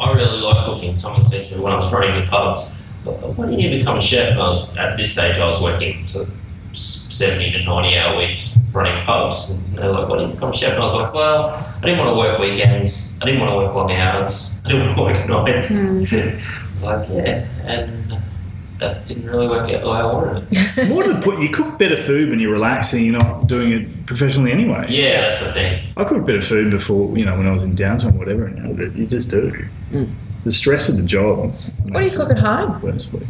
[SPEAKER 2] I really like cooking. Someone said to me when I was running the pubs, it's like, why do you need to become a chef? And I was, at this stage, I was working sort of s- 70 to 90 hour weeks running pubs. And they're like, why do you become a chef? And I was like, well, I didn't want to work weekends. I didn't want to work long hours. I didn't want to work *laughs* nights. I was like, yeah. And that didn't really work out the way I wanted it.
[SPEAKER 6] More to the point, you cook better food when you're relaxing, you're not doing it professionally anyway.
[SPEAKER 2] Yeah, that's the thing.
[SPEAKER 6] I cooked better food before, you know, when I was in downtown, whatever, and now, but you just do.
[SPEAKER 2] Mm.
[SPEAKER 6] The stress of the job.
[SPEAKER 4] What do you cook at home?
[SPEAKER 6] Worst way.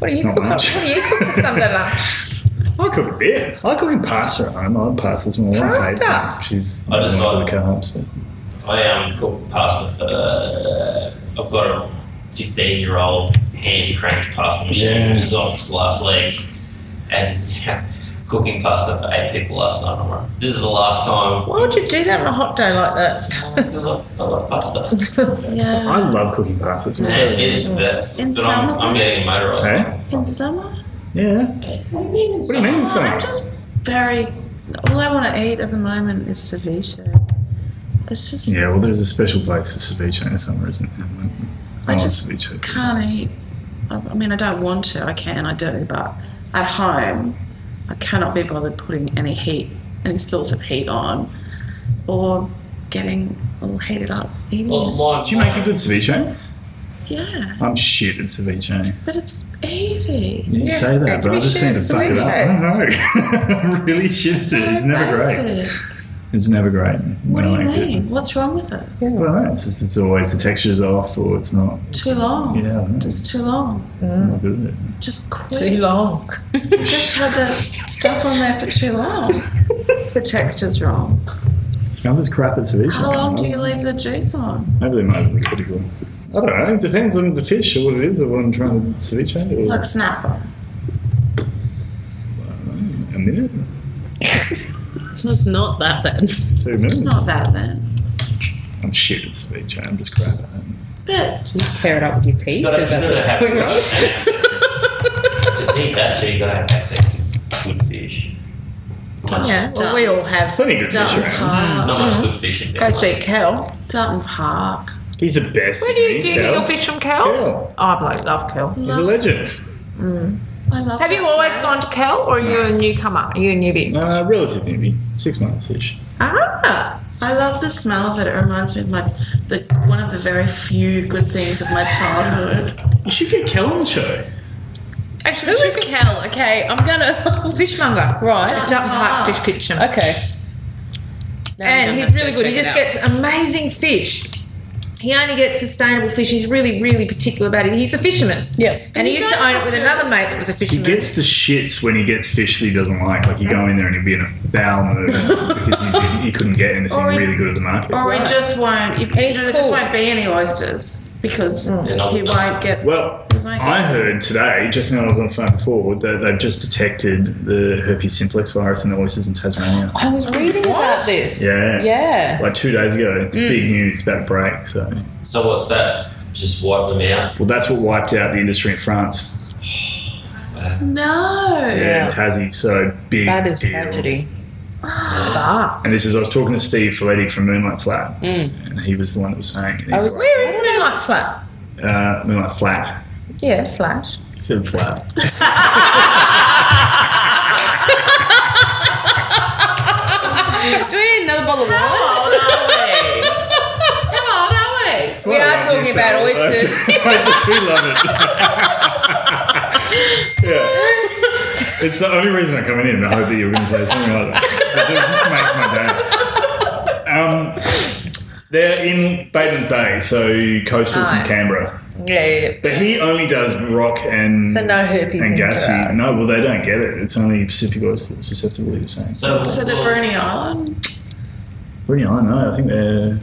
[SPEAKER 4] What do you
[SPEAKER 6] Not
[SPEAKER 4] cook?
[SPEAKER 6] much.
[SPEAKER 4] What do you cook for Sunday lunch?
[SPEAKER 6] I cook a bit. I cook in pasta at home. I like pasta. It's my wife hates
[SPEAKER 4] Pasta?
[SPEAKER 6] it. She's
[SPEAKER 2] I just
[SPEAKER 6] not the carbs. but-
[SPEAKER 2] I um, cook pasta for. Uh, I've got a 15 year old hand cranked pasta machine,
[SPEAKER 6] Yeah.
[SPEAKER 2] which is on its last legs. And yeah, cooking pasta for eight people last night. I'm like, this is the last time.
[SPEAKER 4] Why would you do that on a hot day like that?
[SPEAKER 2] Because I, I love pasta.
[SPEAKER 9] Yeah.
[SPEAKER 6] I love cooking pasta. It's my
[SPEAKER 2] Yeah,
[SPEAKER 6] favourite.
[SPEAKER 2] it is the best.
[SPEAKER 9] In
[SPEAKER 2] but I'm,
[SPEAKER 9] summer?
[SPEAKER 2] I'm getting a motorized.
[SPEAKER 6] Eh?
[SPEAKER 2] one.
[SPEAKER 9] *laughs* In summer?
[SPEAKER 6] Yeah.
[SPEAKER 2] What do you mean in
[SPEAKER 6] What do you mean in summer?
[SPEAKER 9] I'm just very. All I want to eat at the moment is ceviche. It's just.
[SPEAKER 6] Yeah, well, there's a special place for ceviche in summer, isn't there? I,
[SPEAKER 9] I
[SPEAKER 6] love
[SPEAKER 9] just
[SPEAKER 6] ceviche.
[SPEAKER 9] can't eat. I I mean, I don't want to. I can, I do, but at home, I cannot be bothered putting any heat, any source of heat on, or getting all heated up. Eating.
[SPEAKER 2] Oh.
[SPEAKER 6] Do you make a good ceviche?
[SPEAKER 9] yeah,
[SPEAKER 6] I'm shit at ceviche.
[SPEAKER 9] but it's easy.
[SPEAKER 6] Yeah, you say that, but I just seem to fuck it up. I don't know. *laughs* I'm really shit at it. It's never great. It's never great. What
[SPEAKER 9] What do you mean? What's wrong with it?
[SPEAKER 6] Well, it's just it's always the texture's off or it's not.
[SPEAKER 9] Too long.
[SPEAKER 6] Yeah, I don't know.
[SPEAKER 9] It's too long.
[SPEAKER 6] I'm not good at it.
[SPEAKER 9] Just quit.
[SPEAKER 4] Too long.
[SPEAKER 9] Just had the stuff on there for too long. the texture's wrong.
[SPEAKER 6] Now there's crap at ceviche.
[SPEAKER 14] How long do you leave the juice on?
[SPEAKER 6] Maybe they might be pretty good. I don't know. It depends on the fish or what it is or what I'm trying to ceviche. Or
[SPEAKER 12] Like snapper.
[SPEAKER 6] a minute,
[SPEAKER 9] So it's not that then.
[SPEAKER 6] two minutes.
[SPEAKER 12] Not that then.
[SPEAKER 6] I'm shit at ceviche. I'm just crap at it.
[SPEAKER 12] But
[SPEAKER 9] you tear it up with your teeth because that's
[SPEAKER 2] gotta
[SPEAKER 9] what's
[SPEAKER 2] have-
[SPEAKER 9] going on.
[SPEAKER 2] *laughs* to eat that too, you gotta have access to good fish. Not
[SPEAKER 4] Yeah,
[SPEAKER 2] much-
[SPEAKER 4] well, we all have.
[SPEAKER 6] Plenty good fish
[SPEAKER 4] Darton
[SPEAKER 6] around.
[SPEAKER 4] Park.
[SPEAKER 2] Not much good fish in
[SPEAKER 4] Go
[SPEAKER 2] there.
[SPEAKER 4] see Kel.
[SPEAKER 14] Darton Park.
[SPEAKER 6] He's the best.
[SPEAKER 4] Where do you,
[SPEAKER 6] isn't he,
[SPEAKER 4] do you get
[SPEAKER 6] Cal?
[SPEAKER 4] your fish from, Kel?
[SPEAKER 6] Kel.
[SPEAKER 4] Oh, I bloody love Kel.
[SPEAKER 6] He's a legend.
[SPEAKER 14] I love
[SPEAKER 4] Have you always gone to Kel, or are you a newcomer? Are you a newbie?
[SPEAKER 6] Uh, relative newbie, six months ish.
[SPEAKER 14] Ah, I love the smell of it. It reminds me of my the one of the very few good things of my childhood.
[SPEAKER 6] You should get Kel on the show.
[SPEAKER 4] Actually, Who is Kel? Okay, I'm gonna fishmonger. Right, Dutton Park Fish Kitchen.
[SPEAKER 9] Okay.
[SPEAKER 4] and
[SPEAKER 9] gonna
[SPEAKER 4] he's
[SPEAKER 9] have to
[SPEAKER 4] really
[SPEAKER 9] go
[SPEAKER 4] good. He
[SPEAKER 9] check
[SPEAKER 4] just
[SPEAKER 9] it out.
[SPEAKER 4] gets amazing fish. He only gets sustainable fish. He's really, really particular about it. He's a fisherman.
[SPEAKER 9] Yeah.
[SPEAKER 4] And he used to own it with another mate that was a
[SPEAKER 6] He
[SPEAKER 4] fisherman.
[SPEAKER 6] gets the shits when he gets fish that he doesn't like. Like you go in there and you'd be in a foul mood *laughs* because you, didn't, you couldn't get anything
[SPEAKER 14] Or he-
[SPEAKER 6] really good at the market.
[SPEAKER 14] Or it just won't. You,
[SPEAKER 4] it's
[SPEAKER 14] there just
[SPEAKER 4] cool.
[SPEAKER 14] won't be any oysters because
[SPEAKER 12] Mm.
[SPEAKER 14] he won't get.
[SPEAKER 6] Well, I heard today, just now I was on the phone before, that they've just detected the herpes simplex virus in the oysters in Tasmania.
[SPEAKER 9] I was reading about this.
[SPEAKER 6] Yeah.
[SPEAKER 9] Yeah.
[SPEAKER 6] Like two days ago. It's
[SPEAKER 9] Mm.
[SPEAKER 6] big news about a break. So,
[SPEAKER 2] So what's that? Just wipe them out.
[SPEAKER 6] well, that's what wiped out the industry in France.
[SPEAKER 14] No.
[SPEAKER 6] Yeah, in Tassie. So big.
[SPEAKER 9] That is
[SPEAKER 6] deal. *sighs*
[SPEAKER 9] tragedy.
[SPEAKER 4] Fuck.
[SPEAKER 6] And this is, I was talking to Steve Folletti from Moonlight Flat,
[SPEAKER 4] Mm.
[SPEAKER 6] and he was the one that was saying, it. He was
[SPEAKER 4] Oh, where is Moonlight Flat?
[SPEAKER 6] like, uh, Moonlight Flat.
[SPEAKER 4] Yeah, flat.
[SPEAKER 6] He said flat.
[SPEAKER 9] Do we need another bottle of wine?
[SPEAKER 14] Come on, are we?
[SPEAKER 4] We
[SPEAKER 6] Oh,
[SPEAKER 4] are talking
[SPEAKER 6] *laughs*
[SPEAKER 4] about oysters.
[SPEAKER 6] we love it. *laughs* yeah. It's the only reason I'm coming in. I hope that you're going to say something like that. It's- It just makes my day. Um, they're in Baden's Bay, so coastal
[SPEAKER 4] Aye.
[SPEAKER 6] from Canberra.
[SPEAKER 4] Yeah, yeah, yeah.
[SPEAKER 6] But he only does rock and
[SPEAKER 4] So no herpes
[SPEAKER 6] and
[SPEAKER 4] and
[SPEAKER 6] gassy.
[SPEAKER 4] drugs.
[SPEAKER 6] No, well they don't get it. It's only Pacific oyster that's susceptible. You're saying.
[SPEAKER 2] So,
[SPEAKER 14] So the Bruni Island.
[SPEAKER 6] Brunei, I know. I think they're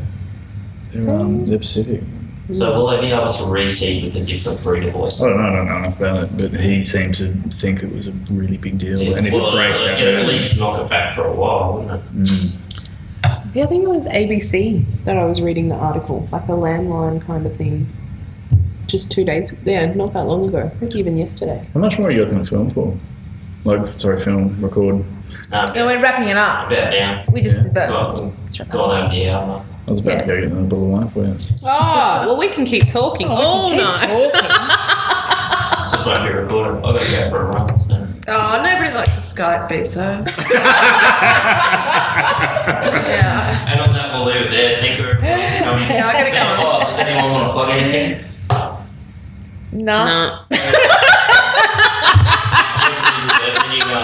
[SPEAKER 6] they're
[SPEAKER 4] Mm.
[SPEAKER 6] um, they're Pacific.
[SPEAKER 2] so will they be able to reseed with a different breed of oyster?
[SPEAKER 6] I don't know, I don't know enough about it, but he seemed to think it was a really big deal. And if
[SPEAKER 2] well, uh,
[SPEAKER 6] it breaks
[SPEAKER 2] yeah,
[SPEAKER 6] out,
[SPEAKER 2] at least knock it back for a while, wouldn't it?
[SPEAKER 9] Yeah, I think it was ABC that I was reading the article, like a landline kind of thing. Just two days, yeah, not that long ago. I think even yesterday.
[SPEAKER 6] how much more are you guys in the film for? Like, sorry, film, record.
[SPEAKER 2] No,
[SPEAKER 4] No, we're wrapping it up.
[SPEAKER 2] about now.
[SPEAKER 4] We just. But,
[SPEAKER 2] Gone, gone over the hour.
[SPEAKER 6] I was about to go get another bottle of wine for you.
[SPEAKER 9] Oh, well, we can keep talking
[SPEAKER 4] Oh,
[SPEAKER 9] all night.
[SPEAKER 2] Just won't be recorded. I've got to go for a run. So.
[SPEAKER 14] Oh, nobody likes a Skype Beso. yeah.
[SPEAKER 2] And on that, we'll leave it there.
[SPEAKER 4] *laughs*
[SPEAKER 2] Thank you everyone for coming.
[SPEAKER 4] Yeah, I gotta go.
[SPEAKER 2] Oh, does anyone want to plug anything?
[SPEAKER 4] no.
[SPEAKER 2] *laughs*
[SPEAKER 9] Nah.
[SPEAKER 2] Then you go.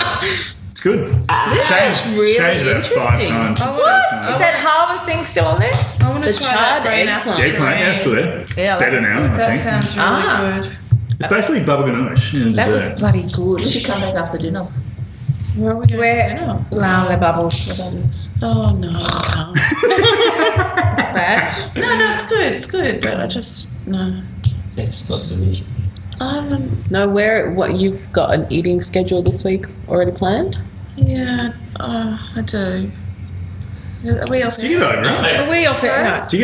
[SPEAKER 6] It's good.
[SPEAKER 14] Uh,
[SPEAKER 6] It's changed, it's changed about five times.
[SPEAKER 14] Oh,
[SPEAKER 6] since last time.
[SPEAKER 4] Is that halva thing still on there?
[SPEAKER 14] I want to
[SPEAKER 9] The
[SPEAKER 14] try that
[SPEAKER 9] charred
[SPEAKER 14] green
[SPEAKER 9] eggplant.
[SPEAKER 14] apple.
[SPEAKER 6] Yeah, can I? Yeah, it's still there.
[SPEAKER 4] Yeah,
[SPEAKER 6] Better now, I
[SPEAKER 14] That
[SPEAKER 6] think.
[SPEAKER 14] sounds really
[SPEAKER 4] Ah.
[SPEAKER 14] good.
[SPEAKER 6] It's basically bubble ganoush in a
[SPEAKER 4] That
[SPEAKER 6] dessert.
[SPEAKER 4] was bloody good.
[SPEAKER 13] We should come back after dinner.
[SPEAKER 14] Where are we going?
[SPEAKER 4] Where? La la bubbles.
[SPEAKER 14] Oh no, no.
[SPEAKER 4] Bad.
[SPEAKER 14] no, no, it's good. It's good, but I just no.
[SPEAKER 2] It's not so easy.
[SPEAKER 14] Um,
[SPEAKER 9] No, where? What? You've got an eating schedule this week already planned?
[SPEAKER 14] yeah, uh, I do. Are we off?
[SPEAKER 6] Do you get over it?
[SPEAKER 2] Hey,
[SPEAKER 4] Are we off it? No.
[SPEAKER 6] Do you get